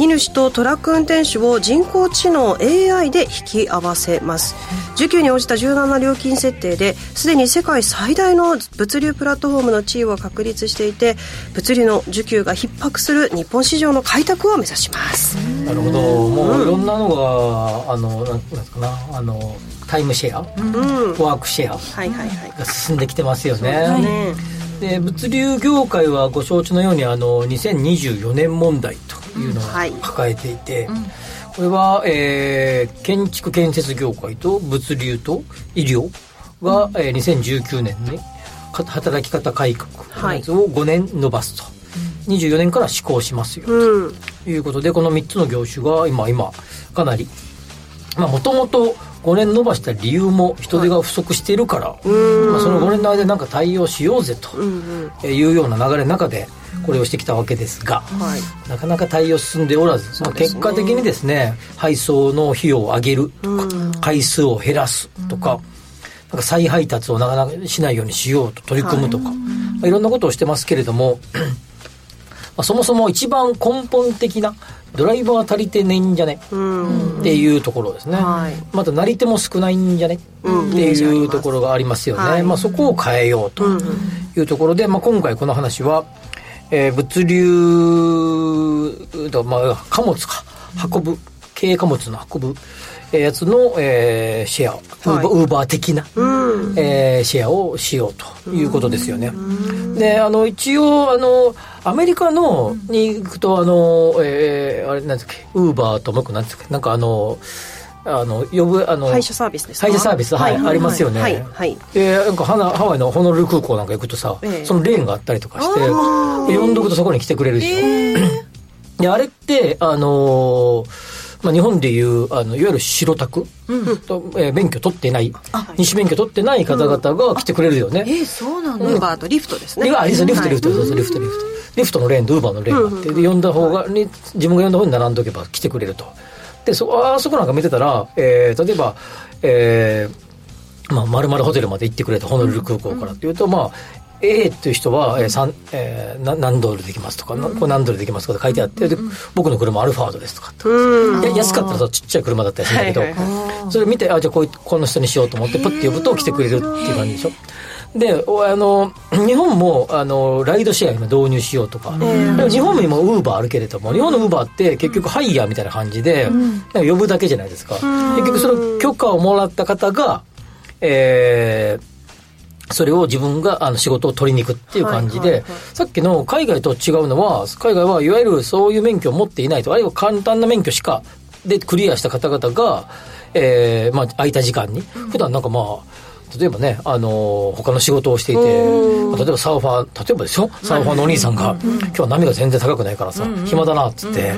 Speaker 4: 荷主とトラック運転手を人工知能 AI で引き合わせます需給に応じた柔軟な料金設定ですでに世界最大の物流プラットフォームの地位を確立していて物流の需給が逼迫する日本市場の開拓を目指します
Speaker 2: なるほどもういろんなのがあのなんなんですかなあのタイムシェア、
Speaker 4: うん
Speaker 2: ワークシェア
Speaker 4: はいはいはい
Speaker 2: が進んできてますよね
Speaker 4: ね
Speaker 2: で物流業界はご承知のようにあの2024年問題というのを
Speaker 4: うんはい
Speaker 2: 抱えていて、これは、えー建築建設業界と物流と医療が、えー2019年にか働き方改革
Speaker 4: はい
Speaker 2: を5年延ばすと、24年から施行しますよ
Speaker 4: うん
Speaker 2: ということでこの3つの業種が今今かなりもともと5年延ばした理由も人手が不足しているから、まあ、その5年の間になんか対応しようぜと
Speaker 4: うんうん
Speaker 2: いうような流れの中でこれをしてきたわけですが、
Speaker 4: はい
Speaker 2: なかなか対応進んでおらず、まあ、
Speaker 4: で
Speaker 2: 結
Speaker 4: すね
Speaker 2: 果的にですね配送の費用を上げるとか、回数を減らすとか,、なんか再配達をなかなかしないようにしようと取り組むとか、まあいろんなことをしてますけれども <clears throat> まあそもそも一番根本的なドライバー足りてねえんじゃね
Speaker 4: うん
Speaker 2: っていうところですね、
Speaker 4: はい
Speaker 2: またなり手も少ないんじゃねって
Speaker 4: うん
Speaker 2: いうところがありますよね、
Speaker 4: はい
Speaker 2: まあ、そこを変えようと
Speaker 4: うん
Speaker 2: いうところで、まあ、今回この話は、えー物流と、まあ、貨物か運ぶ軽貨物の運ぶえーやつの、えーシェア、
Speaker 4: は
Speaker 2: ウーバ
Speaker 4: い
Speaker 2: ーウーバー的な、
Speaker 4: うん
Speaker 2: えーシェアをしようということですよね。であの一応あのアメリカのに行くとあの、えーあれなんですかウーバーともう一個なんですかなんかあのあの呼ぶあの
Speaker 4: 配車サービスですか
Speaker 2: 配車サービスはい、ありますよね。
Speaker 4: はいはい
Speaker 2: でなんかハナハワイのホノルル空港なんか行くとさ、
Speaker 4: ええ
Speaker 2: そのレーンがあったりとかしてで呼んどくとそこに来てくれるでしょ。であれってあのーまあ、日本でいうあのいわゆる白タク、とえー免許取ってない二種免許取ってない方々が来てくれるよね、
Speaker 3: えーそうなんだ、
Speaker 4: ウーバーとリフトですね
Speaker 2: であれですリフト
Speaker 4: はい
Speaker 2: リフトリフトリフトリフトリフトのレーンとウーバーのレーンがあって、で呼んだ方がに自分が呼んだ方に並んどけば来てくれるとでそあそこなんか見てたら、えー例えばえーまあ、丸々ホテルまで行ってくれとホノルル空港からっていうと、まあ A っていう人は、えー三えーな何ドルできますとか、なこれ何ドルできますとか書いてあって、で僕の車アルファードですとかって
Speaker 4: うん
Speaker 2: いや安かったらさちっちゃい車だったりするんだけど、
Speaker 4: はいはい
Speaker 2: それ見てあじゃあこういこの人にしようと思ってパッて呼ぶと来てくれるっていう感じでしょでおあの日本もあのライドシェア今導入しようとか、でも日本も今ウーバーあるけれども日本のウーバーって結局ハイヤーみたいな感じで、なんか呼ぶだけじゃないですか、結局その許可をもらった方がえーそれを自分があの仕事を取りに行くっていう感じで、
Speaker 4: はいはいはい
Speaker 2: さっきの海外と違うのは、海外はいわゆるそういう免許を持っていないと、あるいは簡単な免許しか、で、クリアした方々が、えーまあ、空いた時間に、普段なんかまあ、例えばね、あのー他の仕事をしていて、まあ例えばサーファー、例えばですよ、サーファーのお兄さんが、今日は波が全然高くないからさ、暇だなっつって、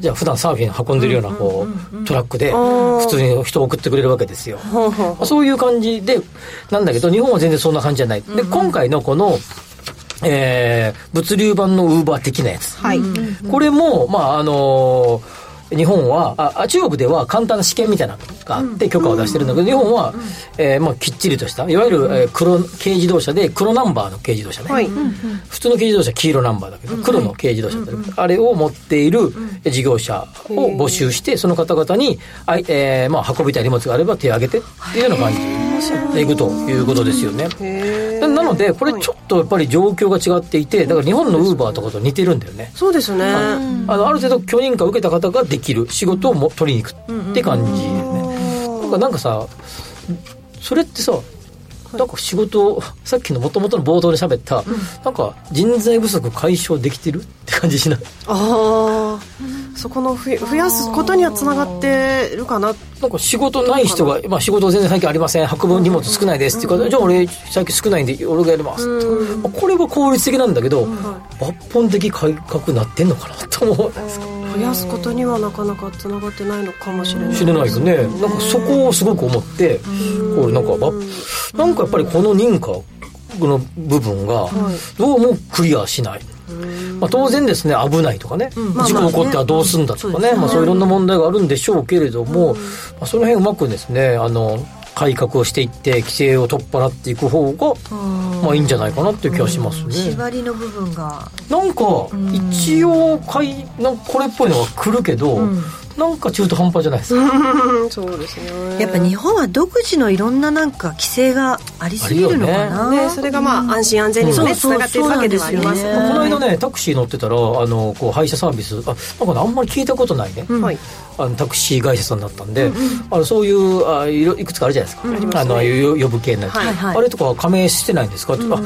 Speaker 2: じゃあ普段サーフィン運んでるような、こう、トラックで、普通に人を送ってくれるわけですよ。
Speaker 4: ほうほう
Speaker 2: まあそういう感じで、なんだけど、日本は全然そんな感じじゃない。で、今回のこの、えー物流版のウーバー的なやつ。
Speaker 4: はい
Speaker 2: これも、まあ、あのー日本はああ中国では簡単な試験みたいなのがあって許可を出してるんだけど、日本は、えーまあ、きっちりとしたいわゆる、えー黒軽自動車で黒ナンバーの軽自動車ね、
Speaker 4: はい
Speaker 2: 普通の軽自動車は黄色ナンバーだけど、黒の軽自動車だったりあれを持っているえ事業者を募集して、その方々に、あいえーまあ、運びたい荷物があれば手を挙げてっていうような感じでいくということですよね。
Speaker 4: へ
Speaker 2: な
Speaker 4: ー
Speaker 2: なので、これちょっとやっぱり状況が違っていて、だから日本のウーバーとかと似てるんだよね。
Speaker 4: そうですね
Speaker 2: あのある程度許認可を受けた方ができる仕事をも取りに行くって感じだよね。なんかなんかさそれってさなんか仕事さっきのもともとの冒頭で喋った、なんか人材不足解消できてるって感じしない
Speaker 4: ああそこのふ増やすことにはつながってるかな
Speaker 2: なんか仕事ない人が、まあ、仕事全然最近ありません運ぶ荷物少ないですっていうから、じゃあ俺最近少ないんで俺がやります、まあ、これは効率的なんだけど、抜本的改革なってんのかなと思うんです
Speaker 4: 増やすことにはなかなかつながってないのかもしれない、ね、
Speaker 2: しれないよねなんかそこをすごく思ってこれなんかなんかやっぱりこの認可の部分がどうもクリアしない、まあ、当然ですね危ないとかね、事故起こってはどうすんだとかね,、まあ、そういろんな問題があるんでしょうけれども、まあ、その辺うまくですねあの改革をしていって規制を取っ払っていく方がまあいいんじゃないかなっていう気がしますね、
Speaker 3: 縛りの部分が
Speaker 2: なんか一応かいなこれっぽいのが来るけど、なんか中途半端じゃないです
Speaker 4: かそうですね
Speaker 3: やっぱ日本は独自のいろんななんか規制がありすぎるのかな、
Speaker 4: ねね、それがまあ安心安全にもね、うん、つながっているわけではあります、ね、こ
Speaker 2: の間ねタクシー乗ってたらあのこう配車サービスあなんか、あんまり聞いたことないね、うん、あのタクシー会社さんだったんで、うんうん、あのそういうあいいくつかあるじゃないですか、あの呼ぶ系のやつ、はいはい、あれとか加盟してないんですか、うん、あ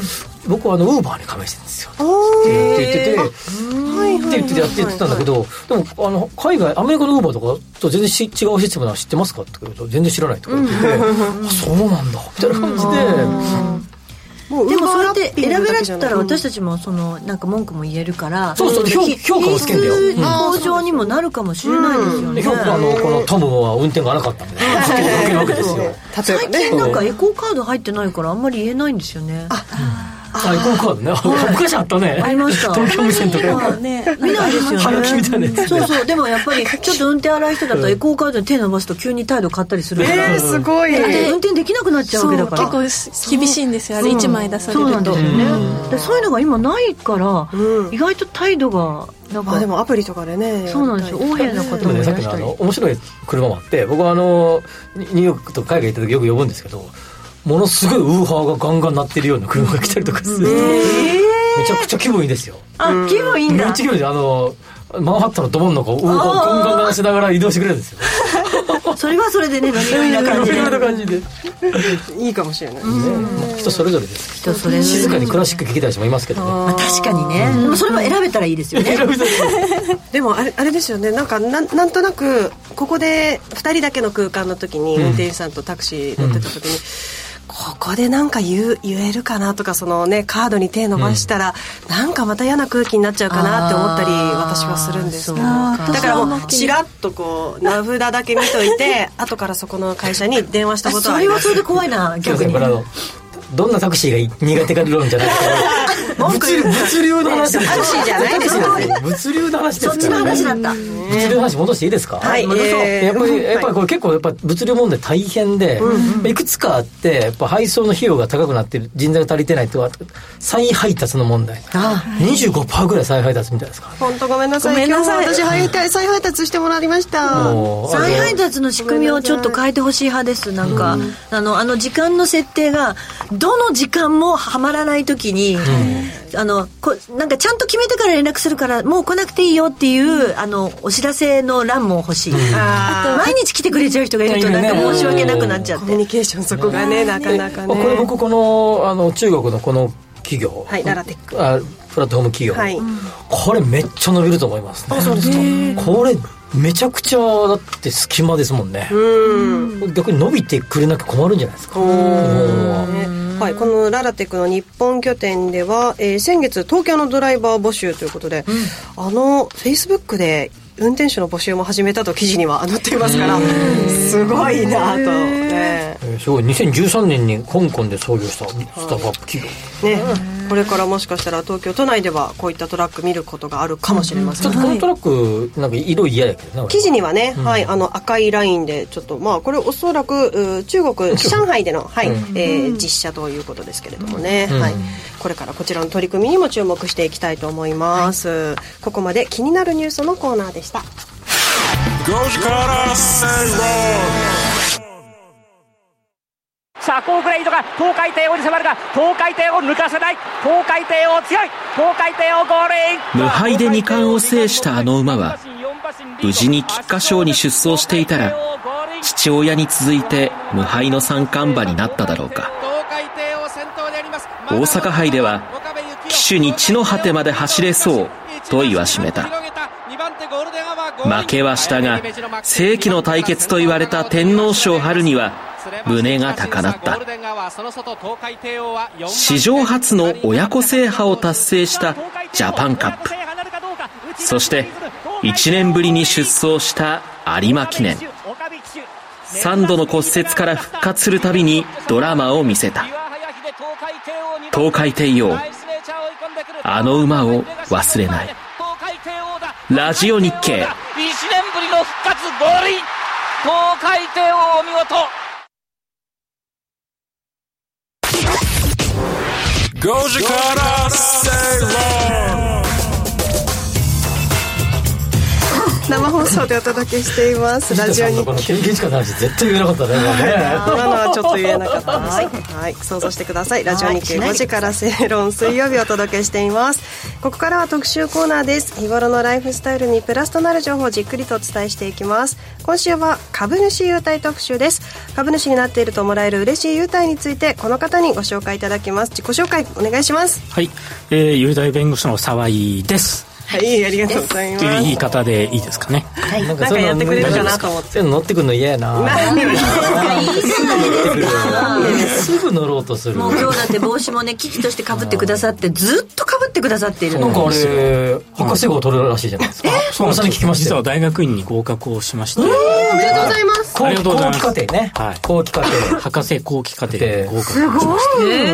Speaker 2: 僕はあのウーバーに加盟してるんですよって言ってて、はいはい、って言ってやってたんだけど、でもあの海外アメリカのウーバーとかと全然し違うシステムなの知ってますかって言うと全然知らないとか言ってて、うん、そうなんだみたいな感じで。
Speaker 3: でもそれって選べられたら私たちもそのなんか文句も言えるから
Speaker 2: そうそう評評価をつけんだよ
Speaker 3: 向上にもなるかもしれないですよね、
Speaker 2: 評価のこのトムは運転が荒かったんで <laughs> 受けるわけですよ
Speaker 3: 最近なんかエコーカード入ってないからあんまり言えないんですよねあ、
Speaker 2: ああ、行こうかね。昔あったね。
Speaker 3: ありました。
Speaker 2: 東京無線とか。
Speaker 3: ね、見ないですよね。
Speaker 2: 早きみたいなやつ。
Speaker 3: そうそう。でもやっ <laughs> ぱり、ちょっと運転荒い人だとエコーカードに手伸ばすと急に態度変わったりするから。
Speaker 4: えー、すごい。
Speaker 3: 運転できなくなっちゃうわけだから。
Speaker 5: 結構厳しいんですよ。あれ1枚出されると。そうなんです
Speaker 3: よね。そういうのが今ないから、意外と態度が、なんか。
Speaker 4: でもアプリとかでね。
Speaker 3: そうなんですよ。横柄な方もいら
Speaker 2: っしゃる。面白い車もあって、僕はあの、ニューヨークと海外行った時よく呼ぶんですけど、ものすごいウーハーがガンガン鳴ってるような車が来たりとかする、めちゃくちゃ気分いいですよ
Speaker 3: あ気分いいんだ
Speaker 2: めっちゃ気分いいあのマンハッタンのど真ん中をウーハーガンガン鳴らしながら移動してくれるんですよ
Speaker 3: それはそれでね何
Speaker 2: よりな感じな感じで
Speaker 4: いいかもしれない、ね、
Speaker 2: 人それぞれです
Speaker 3: 人それぞれ
Speaker 2: 静かにクラシック聴きたい人もいますけどね、ま
Speaker 3: あ、確かにね、うん、でもそれも選べたらいいですよね
Speaker 4: でもあれあれですよねなんかなんなんとなくここで2人だけの空間の時に運転手さんとタクシー乗ってた時に、うんうんここでなんか言言えるかなとかその、ね、カードに手伸ばしたら、うん、なんかまた嫌な空気になっちゃうかなって思ったり私はするんですがだからもうちらっとこう名札だけ見とい <laughs> て後からそこの会社に電話したことは
Speaker 3: ありますそれはそれで怖いな逆に。
Speaker 2: どんなタクシーが苦手か理論じゃないですか物物流の話です
Speaker 4: タクシーじゃないですよ、ね、
Speaker 2: 物流の話です
Speaker 3: そっちの話だった
Speaker 2: 流
Speaker 3: 物
Speaker 2: の話戻していいですか
Speaker 4: はい、
Speaker 2: えー、やっぱりやっぱりこれ結構やっぱ物流問題大変で、うん、いくつかあってやっぱ配送の費用が高くなってる人材が足りてないと再配達の問題ああ25%ぐらい再配達みたいですから
Speaker 4: 本当ごめんなさい今日私配達再配達してもらいました
Speaker 3: 再配達の仕組みをちょっと変えてほしい派ですなんか、うん、あのあの時間の設定がどの時間もはまらない時に、うん、あのこなんかちゃんと決めてから連絡するからもう来なくていいよっていう、あのお知らせの欄も欲しい、あと毎日来てくれちゃう人がいるとなんか申し訳なくなっちゃって、
Speaker 4: コミュニケーションそこがねなかなかね
Speaker 2: これ僕このあの中国のこの企業
Speaker 4: はい奈良テック
Speaker 2: あプラットフォーム企業、はい、これめっちゃ伸びると思いますね
Speaker 4: あそうですか
Speaker 2: これめちゃくちゃだって隙間ですもんねうん逆に伸びてくれなきゃ困るんじゃないですか
Speaker 4: はい、このララテックの日本拠点では、えー、先月東京のドライバー募集ということで、うん、あのフェイスブックで運転手の募集も始めたと記事には載っていますからすごいなと、
Speaker 2: え
Speaker 4: ね、
Speaker 2: ー、すごい2013年に香港で創業したスタバップ企業、
Speaker 4: はい、ねこれからもしかしたら東京都内ではこういったトラック見ることがあるかもしれません、
Speaker 2: うん、ちょっとこのトラックなんか色嫌やけど
Speaker 4: な記事にはね、うん、はい、あの赤いラインでちょっとまあこれおそらく中国上海での、はいうん、えー、実写ということですけれどもね、はい、これからこちらの取り組みにも注目していきたいと思います、はい、ここまで気になるニュースのコーナーでした
Speaker 11: さあ、こうくらいいか、東海帝王に迫るが、東海帝王抜かせない、東海帝王強い、東海帝王ゴールイン
Speaker 10: 無敗で2冠を制したあの馬は、無事に菊花賞に出走していたら、父親に続いて無敗の三冠馬になっただろうか。大阪杯では、騎手に地の果てまで走れそう、と言わしめた。負けはしたが世紀の対決と言われた天皇賞春には胸が高鳴った史上初の親子制覇を達成したジャパンカップそして1年ぶりに出走した有馬記念3度の骨折から復活するたびにドラマを見せた東海帝王あの馬を忘れないラジオ日経1年
Speaker 12: ぶりの復活ゴールイン東海帝王お見
Speaker 1: 事5時からセイロン
Speaker 4: 生放送でお届けしていますラジオ日
Speaker 2: 経現地からの話絶対言えなかったね今ね
Speaker 4: 今のはちょっと言えなかったですはい想像してくださいラジオ日経5時から正論水曜日お届けしていますここからは特集コーナーです日頃のライフスタイルにプラスとなる情報をじっくりとお伝えしていきます今週は株主優待特集です株主になっているともらえる嬉しい優待についてこの方にご紹介いただきます自己紹介お願いします
Speaker 9: はい、えー、優待弁護士の沢井です
Speaker 4: はい、ありがとうございます。
Speaker 9: という言い方でいいですかね。
Speaker 4: はい、なんかやってくれるかなと思って。
Speaker 2: 乗ってくるの嫌や
Speaker 4: <laughs>
Speaker 2: な。なんでですぐ乗ろうとする。
Speaker 3: もう今日だって帽子もね、危機としてかぶってくださって、ずっとかぶってくださっている。
Speaker 2: なんかあれ、博士号取れるらしいじゃないですか。
Speaker 9: そうさに聞きました。実は大学院に合格をしまして。お
Speaker 4: めでとうございます。
Speaker 2: 後期課程ね。はい。後期課程。
Speaker 9: 博士後期課程で合格
Speaker 4: しま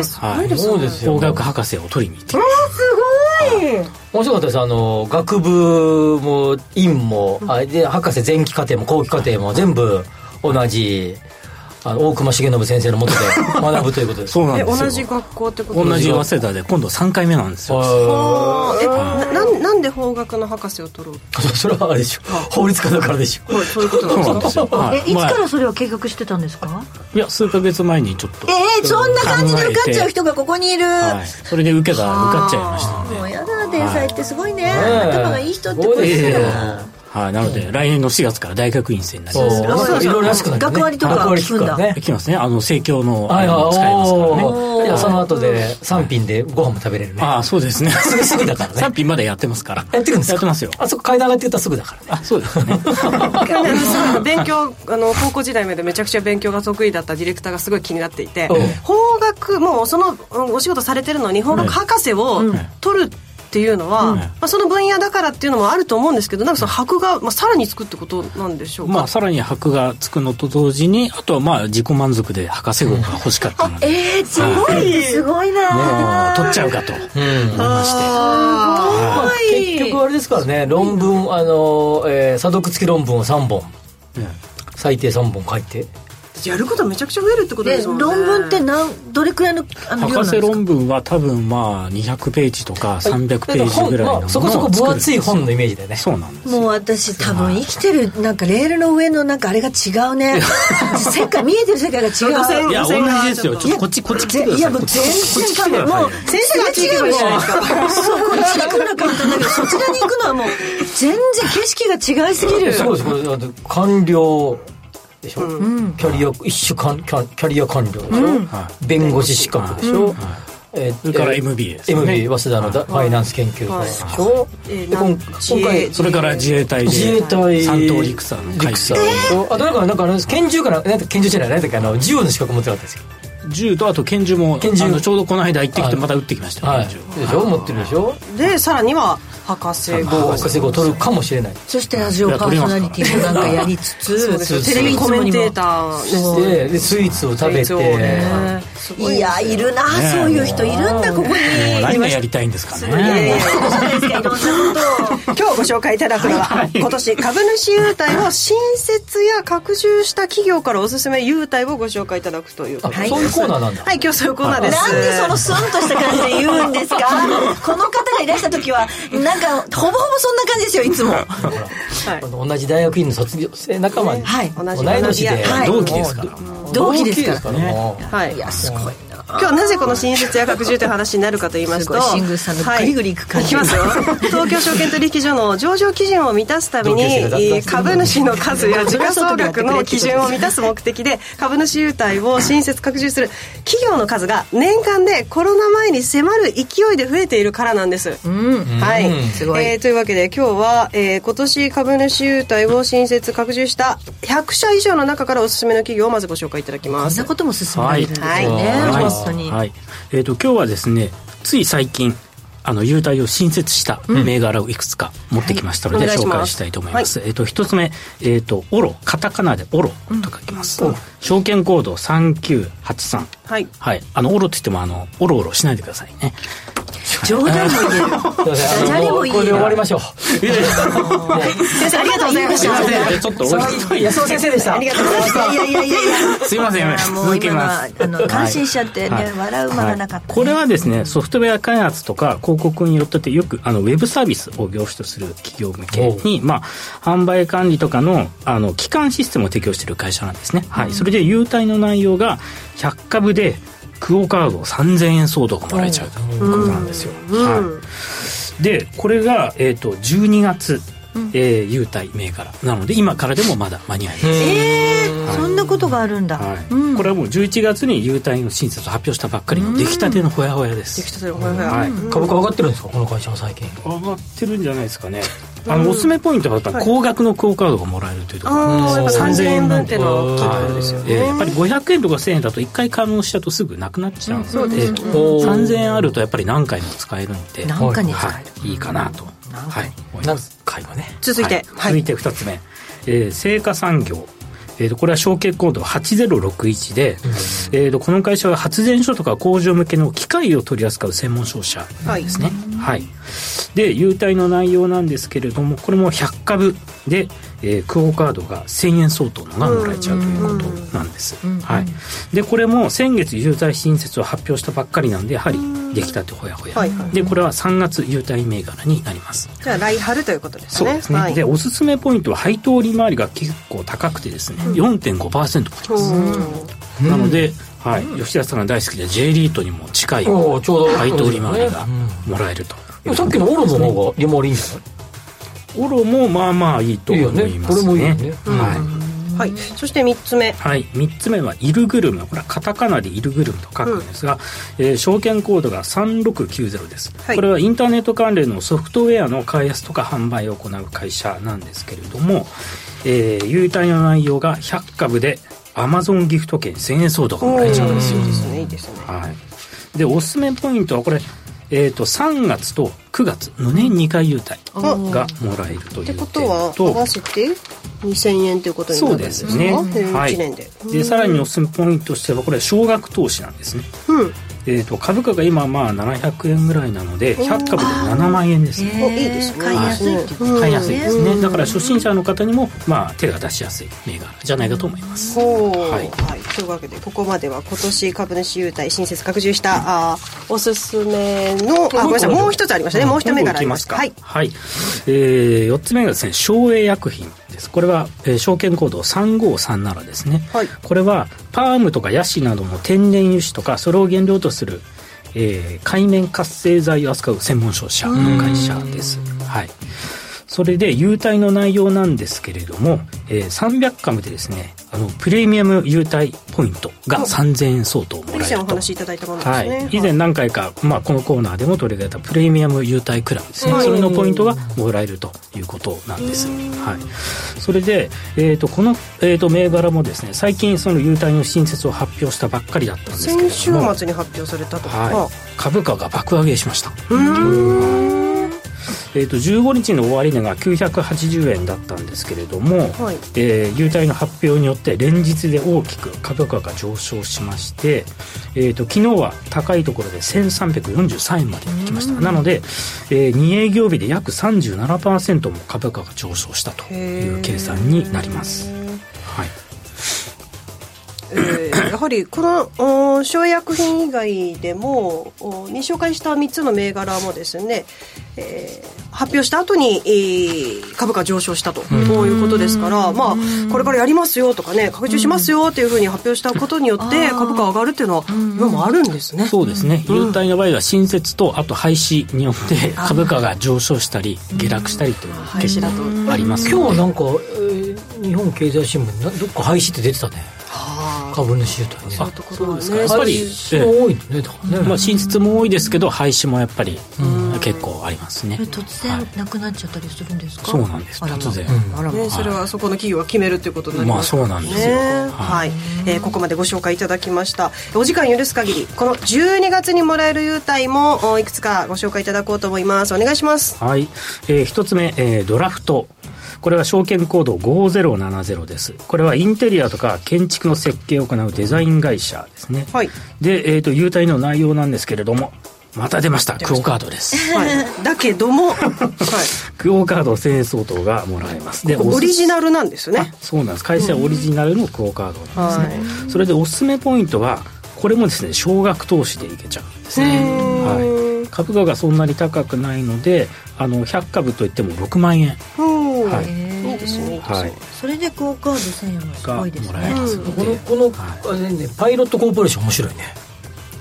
Speaker 4: した。
Speaker 9: はい。そうですよ。合格博士を取りに行ってきま
Speaker 4: した。すごい
Speaker 2: 面白かったですあの学部も院も、あで博士前期課程も後期課程も全部同じあの大隈重信先生のもとで学ぶということです
Speaker 9: <laughs> そうなんです
Speaker 4: 同じ学校ってこと
Speaker 9: 同じ早稲田で今度3回目なんですよ
Speaker 4: えななんで法学の博士を取ろう
Speaker 2: それはあれでしょ法律家だからでし
Speaker 4: ょ、はい、そういうことなんです
Speaker 3: よ、はい、えいつからそれは計画してたんですか
Speaker 9: いや数か月前にちょっと、
Speaker 3: えー、そんな感じで受かっちゃう人がここにいる、はい
Speaker 9: それで受けたら受かっちゃいましたので
Speaker 3: もうやだ天才ってすごいね、頭がいい人ってことですよ、
Speaker 9: はい、なので、来年の4月から大学院生になります
Speaker 2: いろいろらしくなって、
Speaker 3: 学割とか聞くんだ。
Speaker 9: 聞きますね。あの、生協の、使えますからね。
Speaker 2: いや、その後で、3品でご飯も食べれるね。
Speaker 9: ああ、そうですね。
Speaker 2: すぐ、すぐだからね。
Speaker 9: 3品までやってますから。
Speaker 2: やってるんです
Speaker 9: やってますよ。
Speaker 2: あそこ階段上がってったらすぐだからね。
Speaker 9: あ、そうですね。
Speaker 4: 勉強、あの、高校時代までめちゃくちゃ勉強が得意だったディレクターがすごい気になっていて、法学、もうその、お仕事されてるのに、法学博士を取るっていうのは、うん、まあ、その分野だからっていうのもあると思うんですけどなんかその箔が、まあ、さらにつくってことなんでしょうか、
Speaker 9: <laughs> まあ、さらに箔がつくのと同時にあとはまあ自己満足で博士号が欲しかった
Speaker 3: <laughs>
Speaker 9: ので、
Speaker 3: えー、すごい、すごいな
Speaker 9: 取っちゃうかと思いまして、
Speaker 2: まあ、結局あれですからね論文あの、えー、査読付き論文を3本、うん、最低3本書いて。
Speaker 4: やることめちゃくちゃ増えるってことですもんね
Speaker 3: 論文ってなんどれくらいのあの
Speaker 9: 博士論文は多分まあ200ページとか300ページぐらいのものを
Speaker 2: そこそこ分厚い本のイメージだよね
Speaker 9: そうなんです
Speaker 3: もう私多分生きてるなんかレールの上のなんかあれが違う
Speaker 9: <laughs>
Speaker 3: ね世界見えてる世界が違
Speaker 9: ういや同じですよちょっとこっちこっち来てくださいいや
Speaker 3: もう全然もう
Speaker 4: 先生が違うもん
Speaker 3: そうこっち行くのか簡単だけどそちらに行くのはもう全然景色が違いすぎる
Speaker 2: そうです官僚でしょ、うキャリア一種かキャリア官僚でしょ、弁護士資格でしょ、う、
Speaker 9: えそれから MBA です
Speaker 2: ね、MBA 早稲田のファイナンス研究会でしょ、
Speaker 9: 今回それから自衛隊
Speaker 2: 自衛隊
Speaker 9: 三等陸佐の
Speaker 2: 会社、あとだからなんか拳銃からなんか拳銃じゃないなんかあの銃の資格持ってなかったですよ
Speaker 9: 銃とあと拳銃も拳銃ちょうどこの間行ってきてまた撃ってきました、
Speaker 2: ね拳銃でしょ持ってるでしょ
Speaker 4: でさらには博士号
Speaker 2: 博士号取るかもしれない
Speaker 3: そしてラジオパーソナリティもなんかやりつつ
Speaker 4: テレビコメンテータ
Speaker 2: ーでスイーツを食べ
Speaker 3: ていやいるなそういう人いるんだここに
Speaker 9: 何がやりたいんですかね
Speaker 4: <laughs> 今日ご紹介いただくのは今年株主優待を新設や拡充した企業からおすすめ優待をご紹介いただくという
Speaker 2: そういうコーナーなんだ
Speaker 4: はい今日そういうコーナーです
Speaker 3: なんでそのスンとした感じで言うん
Speaker 9: <laughs>
Speaker 3: ですかこの方がいらした時はなんかほぼほぼそんな感じですよいつも、
Speaker 2: はい、同じ大学院の卒業生仲間に、
Speaker 3: はい、
Speaker 2: 同い年で、
Speaker 9: 同期ですから
Speaker 3: 同期ですからね、はい、いやすごいな
Speaker 4: 今日はなぜこの新設や拡充という話になるかと言いますと
Speaker 3: シングさんのグリグリいく感
Speaker 4: じ、はい、い
Speaker 3: <laughs>
Speaker 4: きますよ東京証券取引所の上場基準を満たすために株主の
Speaker 3: <laughs>
Speaker 4: 数や時価総額の基準を満たす目的で株主優待を新設拡充する企業の数が年間でコロナ前に迫る勢いで増えているからなんです、うん、はい、うん、えー、というわけで今日は、えー、今年株主優待を新設拡充した100社以上の中からおすすめの企業をまずご紹介いただきます
Speaker 3: そんなことも進められるんですね、はい
Speaker 9: はいえーと、と今日はですねつい最近あの優待を新設した銘柄をいくつか持ってきましたので、うんはい、紹介したいと思います。はい、えっ、ー、と一つ目えっ、ー、とオロカタカナでオロと書きます。うん、証券コード三九八三。
Speaker 3: <laughs>
Speaker 9: はい。はい。あのオロって言ってもあのオロオロしないでくださいね。
Speaker 3: 冗談も言える。ダジャレも言える。これ
Speaker 2: で終わりましょう。
Speaker 3: 先生ありがとうございました。
Speaker 2: ちょっと安尾先生でした。 <laughs>
Speaker 3: ありがとうございました。いやいやいやい
Speaker 9: や。すいません。続けます。
Speaker 3: あの感心しちゃってね、はい、笑う間がなかった、ねはい。
Speaker 9: これはですねソフトウェア開発とか広告によっててよくあのウェブサービスを業種とする企業向けにまあ販売管理とかのあの基幹システムを提供している会社なんですね。はい。それで優待の内容が100株でクオカード3000円相当がもらえちゃうということなんですよ、うんうんはい、でこれが、えーと、と12月、うん、えー、優待銘柄なので今からでもまだ間に合います
Speaker 3: ええーはい、そんなことがあるんだ、はい
Speaker 9: うん、これはもう11月に優待の審査と発表したばっかりの出来たてのほやほやです、
Speaker 4: 出来たてのほやほや、はい、、
Speaker 2: 株価上がってるんですかこの会社は最近
Speaker 9: 上がってるんじゃないですかねあのおすすめポイントだったら高額のクオ・カードがもらえるというところ、うん
Speaker 4: 3000円分っていうのは大ですよね、
Speaker 9: えー、やっぱり500円とか1000円だと1回買い物しちゃうとすぐなくなっちゃうので,、うんでね、3000円あるとやっぱり何回も使えるので
Speaker 3: 何回に使える、
Speaker 9: はい、い,いかなと、はい
Speaker 2: 何回もね
Speaker 4: 続いて、
Speaker 9: はい、続いて2つ目、はい、えー、成果産業えー、とこれは承継コード8061で、うん、えー、とこの会社は発電所とか工場向けの機械を取り扱う専門商社なんですね。はい、はい、で優待の内容なんですけれどもこれも100株で、えー、クオ・カードが1000円相当のがもらえちゃうということなんです。うん、はい、でこれも先月優待新設を発表したばっかりなんでやはりできたてほやほや、はいはい、でこれは3月優待銘柄になります
Speaker 4: じゃあ来春ということですね
Speaker 9: そうですね、はい、でおすすめポイントは配当利回りが結構高くてですね、うん、4.5%もありますなので、はい、吉田さんが大好きで J リートにも近い配当利回りがもらえると、
Speaker 2: ね、さっきのオロの方が利回りいいんじゃない
Speaker 9: オロもまあまあいいと思いますね、ねね、
Speaker 4: はいはい、そして3つ目
Speaker 9: はい3つ目はイルグルムこれはカタカナでイルグルムと書くんですが、うん、えー、証券コードが3690です、はい、これはインターネット関連のソフトウェアの開発とか販売を行う会社なんですけれども、えー、優待の内容が100株でアマゾンギフト券1000円相当がもらえちゃうんですよいい、
Speaker 4: ですねいいですね、はい
Speaker 9: でおすすめポイントはこれえーと、と3月と9月の年2回優待がもらえるという
Speaker 4: ってことは合わせて2000円ということになるんですかそうですね、はい、1年で,、
Speaker 9: でさらにおすすめポイントとしてはこれは少額投資なんですね、うん、えーと、と株価が今まあ700円ぐらいなので100株で7万円ですね、
Speaker 4: えー、いいですね買いやす
Speaker 9: い買いやすいですねだから初心者の方にも、まあ、手が出しやすい銘柄じゃないかと思います、
Speaker 4: はい、はい、というわけでここまでは今年株主優待新設拡充した、うん、あおすすめのあごめんなさいもう一つありましたね、うん、もう一銘柄ありました
Speaker 9: はい、はい、えー、4つ目がですね省営薬品これは、えー、証券コード3537ですね、はい、これはパームとかヤシなどの天然油脂とかそれを原料とする、えー、海面活性剤を扱う専門商社の会社です。はい、それで優待の内容なんですけれども、えー、300株でですねあのプレミアム優待ポイントが3000円相当もらえる以前、
Speaker 4: お話いただいたものですね、はい
Speaker 9: 以前何回か、まあ、このコーナーでも取り上げたプレミアム優待クラブですね、はい、それのポイントがもらえるということなんです、はい、それで、えーと、とこの、えーと、と銘柄もですね最近その優待の新設を発表したばっかりだったんですけれども先
Speaker 4: 週末に発表されたとか、
Speaker 9: はい、株価が爆上げしましたえーと、と15日の終値が980円だったんですけれども、はい、えー、優待の発表によって連日で大きく株価が上昇しまして、えーと、と昨日は高いところで1343円まで来ました、うん、なので、えー、2営業日で約37%も株価が上昇したという計算になります。はい
Speaker 4: えー、やはりこの省薬品以外でもに紹介した3つの銘柄もですね、えー、発表した後に、えー、株価上昇したと、こういうことですから、まあ、これからやりますよとかね、拡充しますよというふうに発表したことによって、株価上がるっていうのは、今もあるんですね。
Speaker 9: そうですね。優待の場合は、新設と、あと廃止によって、株価が上昇したり、下落したりというのが結構あります
Speaker 2: 今日なんか、日本経済新聞、どっか廃止って出てたね。株主優待ね。
Speaker 4: そうところ
Speaker 9: ね。やっぱり、
Speaker 2: 多いね、
Speaker 9: まあ、新設も多いですけど、廃止もやっぱり、結構ありますね。
Speaker 3: 突然なくなっちゃったりするんですか。
Speaker 9: そうなんです。突然。。
Speaker 4: あら、ね、それはそこの企業が決めるということになります
Speaker 9: まあ、そうなんですよ。
Speaker 4: はい、えここまでご紹介いただきました。お時間許す限り、この12月にもらえる優待もいくつかご紹介いただこうと思います。お願いします。
Speaker 9: はい。え一つ目、えドラフト。これは証券コード5070です。これはインテリアとか建築の設計を行うデザイン会社ですね。はい、で、えっ、ー、と、優待の内容なんですけれども、また出ましたクオカードです、
Speaker 4: はい、だけど
Speaker 9: <laughs>
Speaker 4: も、はい、
Speaker 9: クオカード1000円相当がもらえます
Speaker 4: でオリジナルなんですよね
Speaker 9: そうなんです会社オリジナルのクオカードなんですね、うん、それでおすすめポイントはこれもですね少額投資でいけちゃうんですね、はい、株価がそんなに高くないのであの100株といっても6万円はい
Speaker 3: はい、それでクオカード1000円はすごいですね
Speaker 2: このこの、あれねパイロットコーポレーション面白いね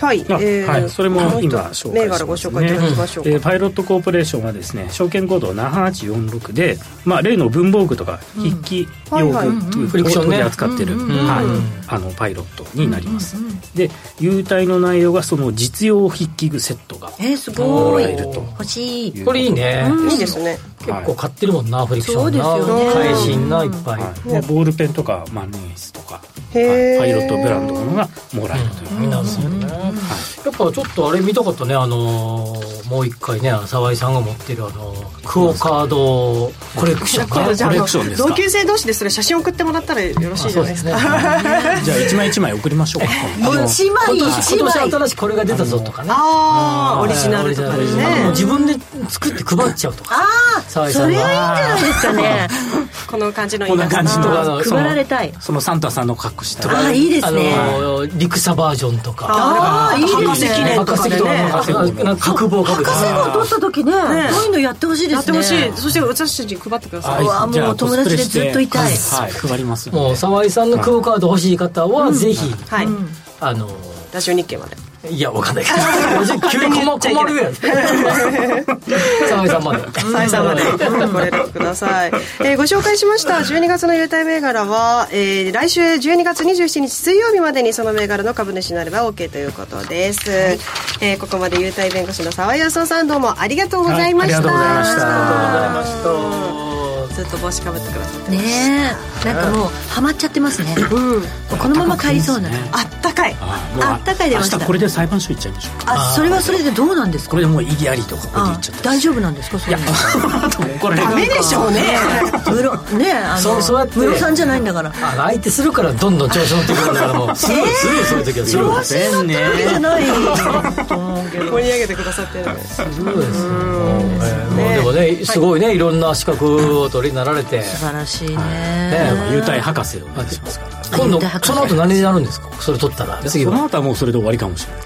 Speaker 4: はい、えー、
Speaker 9: はい、それも今紹介
Speaker 4: 銘柄ご紹介いただきましょうか、え
Speaker 9: ー、パイロットコーポレーションはですね証券コード7846で、まあ、例の文房具とか筆記用具というフリクションで扱ってる、はいあのパイロットになります、で優待の内容がその実用筆記具セットが
Speaker 3: えー、すごい
Speaker 9: もらえると
Speaker 3: 欲しい
Speaker 2: これいいね、
Speaker 4: いいですね
Speaker 2: 結構買ってるもんな、フリクションな返しがいっぱい、
Speaker 9: でボールペンとかマネースとかパイロットブランドのがもらえるという
Speaker 2: なるほどね、やっぱちょっとあれ見たかったねあのもう一回ね澤井さんが持ってるあのクオカードコレクション
Speaker 9: コレクションです
Speaker 4: 同級生同士でそれ写真送ってもらったらよろしいじゃないですか
Speaker 9: じゃあ一枚一枚送りましょうか
Speaker 3: 一枚一枚
Speaker 2: 新しくこれが出たぞとかね
Speaker 4: ああオリジナルとかね
Speaker 2: 自分で作って配っちゃうとかあ
Speaker 3: あそれはいいんじゃないですかね
Speaker 4: この感じの
Speaker 9: こんな感じとか
Speaker 3: 配られたい
Speaker 9: そのサンタさんの格好して
Speaker 3: ああいいですね
Speaker 2: リクサバージョンとか
Speaker 3: ああいいですね
Speaker 4: 博士記念とか
Speaker 2: でね
Speaker 3: 角棒博士号取った時ねそういうのやってほしいです
Speaker 4: ねやってほしいそして私たちに配ってください
Speaker 3: あもう友達でずっといたい
Speaker 9: はい配ります
Speaker 2: もう沢井さんのクオカード欲しい方はぜひあの
Speaker 4: ラジオ日経まで
Speaker 2: いや、わかんないけど。急に困困るやん。沢井さんまで。
Speaker 4: 沢井さんまで。ご連絡ください。えー、ご紹介しました12月の優待銘柄は、えー、来週12月27日水曜日までにその銘柄の株主になれば OK ということです。はい、えー、ここまで優待弁護士の沢井康夫さんどうもありがとうございました。
Speaker 9: はい、あり
Speaker 2: がとうございました。
Speaker 4: ずっと帽子かぶってくださって
Speaker 3: ねえなんかもうハマっちゃってますね、うん、このまま帰りそうな
Speaker 4: あったかい
Speaker 3: あったかい出ました
Speaker 9: これで裁判所行っちゃいましょう
Speaker 3: あそれはそれでどうなんですか
Speaker 9: これでもう異議ありとかここで言っちゃった
Speaker 3: 大丈夫なんですかそれいや
Speaker 4: これダメでしょうね
Speaker 3: 室ねあのそうやって室さんじゃないんだから
Speaker 2: 相手するからどんどん調子乗ってくるんだからもうすぐそういう時はす
Speaker 3: ぐ調子乗ってるわけじゃない
Speaker 4: 盛り上げてくださってる
Speaker 2: すごいですねでもねすごいねいろんな資格を取りなられて
Speaker 3: 素晴らしいね
Speaker 9: 優待博士を目指しますから
Speaker 2: 今度その後何になるんですかそれ取ったら
Speaker 9: 次はその後はもうそれで終わりかもしれ
Speaker 2: ない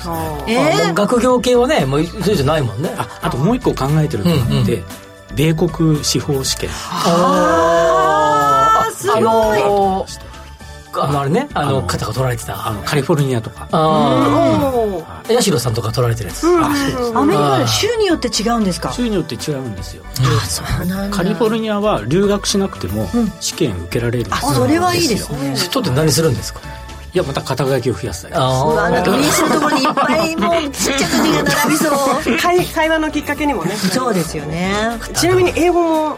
Speaker 2: ですね学業系はねもうそれじゃないもんね
Speaker 9: あともう一個考えてるのがあって米国司法試験
Speaker 3: ああすごい
Speaker 2: あのあれねあの方が取られてた
Speaker 9: あのカリフォルニアとか
Speaker 2: ああ八代さんとか取られてるやつ
Speaker 3: アメリカ州によって違うんですか
Speaker 9: 州によって違うんですよ
Speaker 3: あそうなん
Speaker 9: カリフォルニアは留学しなくても試験受けられるんですよ、
Speaker 3: あそれはいいですね
Speaker 2: 人って何するんですか
Speaker 9: いやまた肩書きを増やすだけです
Speaker 3: あなんか民主のところにいっぱいもうちっちゃく字が並びそう
Speaker 4: 会会話のきっかけにもね
Speaker 3: そうですよね
Speaker 4: ちなみに英語も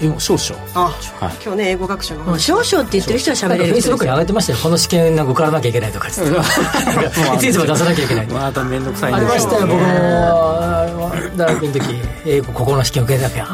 Speaker 9: 英語少々
Speaker 4: あ、はい、今日ね英語学習の
Speaker 3: 少々って言ってる人は喋れる
Speaker 2: フェイスブックに上げてましたよこの試験なんか受からなきゃいけないとかいついつも出さなきゃいけない
Speaker 9: また面倒くさい
Speaker 2: ありましたよ僕も大学の時英語ここの試験受けなきゃと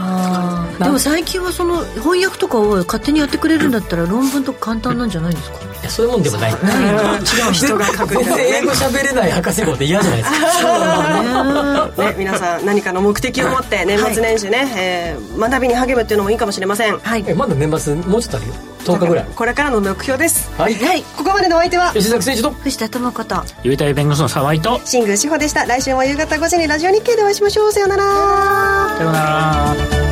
Speaker 2: か
Speaker 3: でも最近はその翻訳とかを勝手にやってくれるんだったら論文とか簡単なんじゃないですか、
Speaker 2: いやそういうもんでもない違う人が書く英語喋れない博士号って嫌じゃないです
Speaker 3: <laughs>
Speaker 4: かね皆さん何かの目的を持って年末年始ね、はえ学びに励むっていうのもいいかもしれません、
Speaker 2: はい、まだ年末もうちょっとあるよ10日ぐらい
Speaker 4: これからの目標です
Speaker 2: はい、
Speaker 4: ここまでのお相手は
Speaker 2: 吉崎誠二と
Speaker 3: 藤田智子と
Speaker 9: 優待弁護士の沢井と
Speaker 4: 新宮志保でした来週も夕方5時にラジオ日経でお会いしましょうさよなら
Speaker 9: さよなら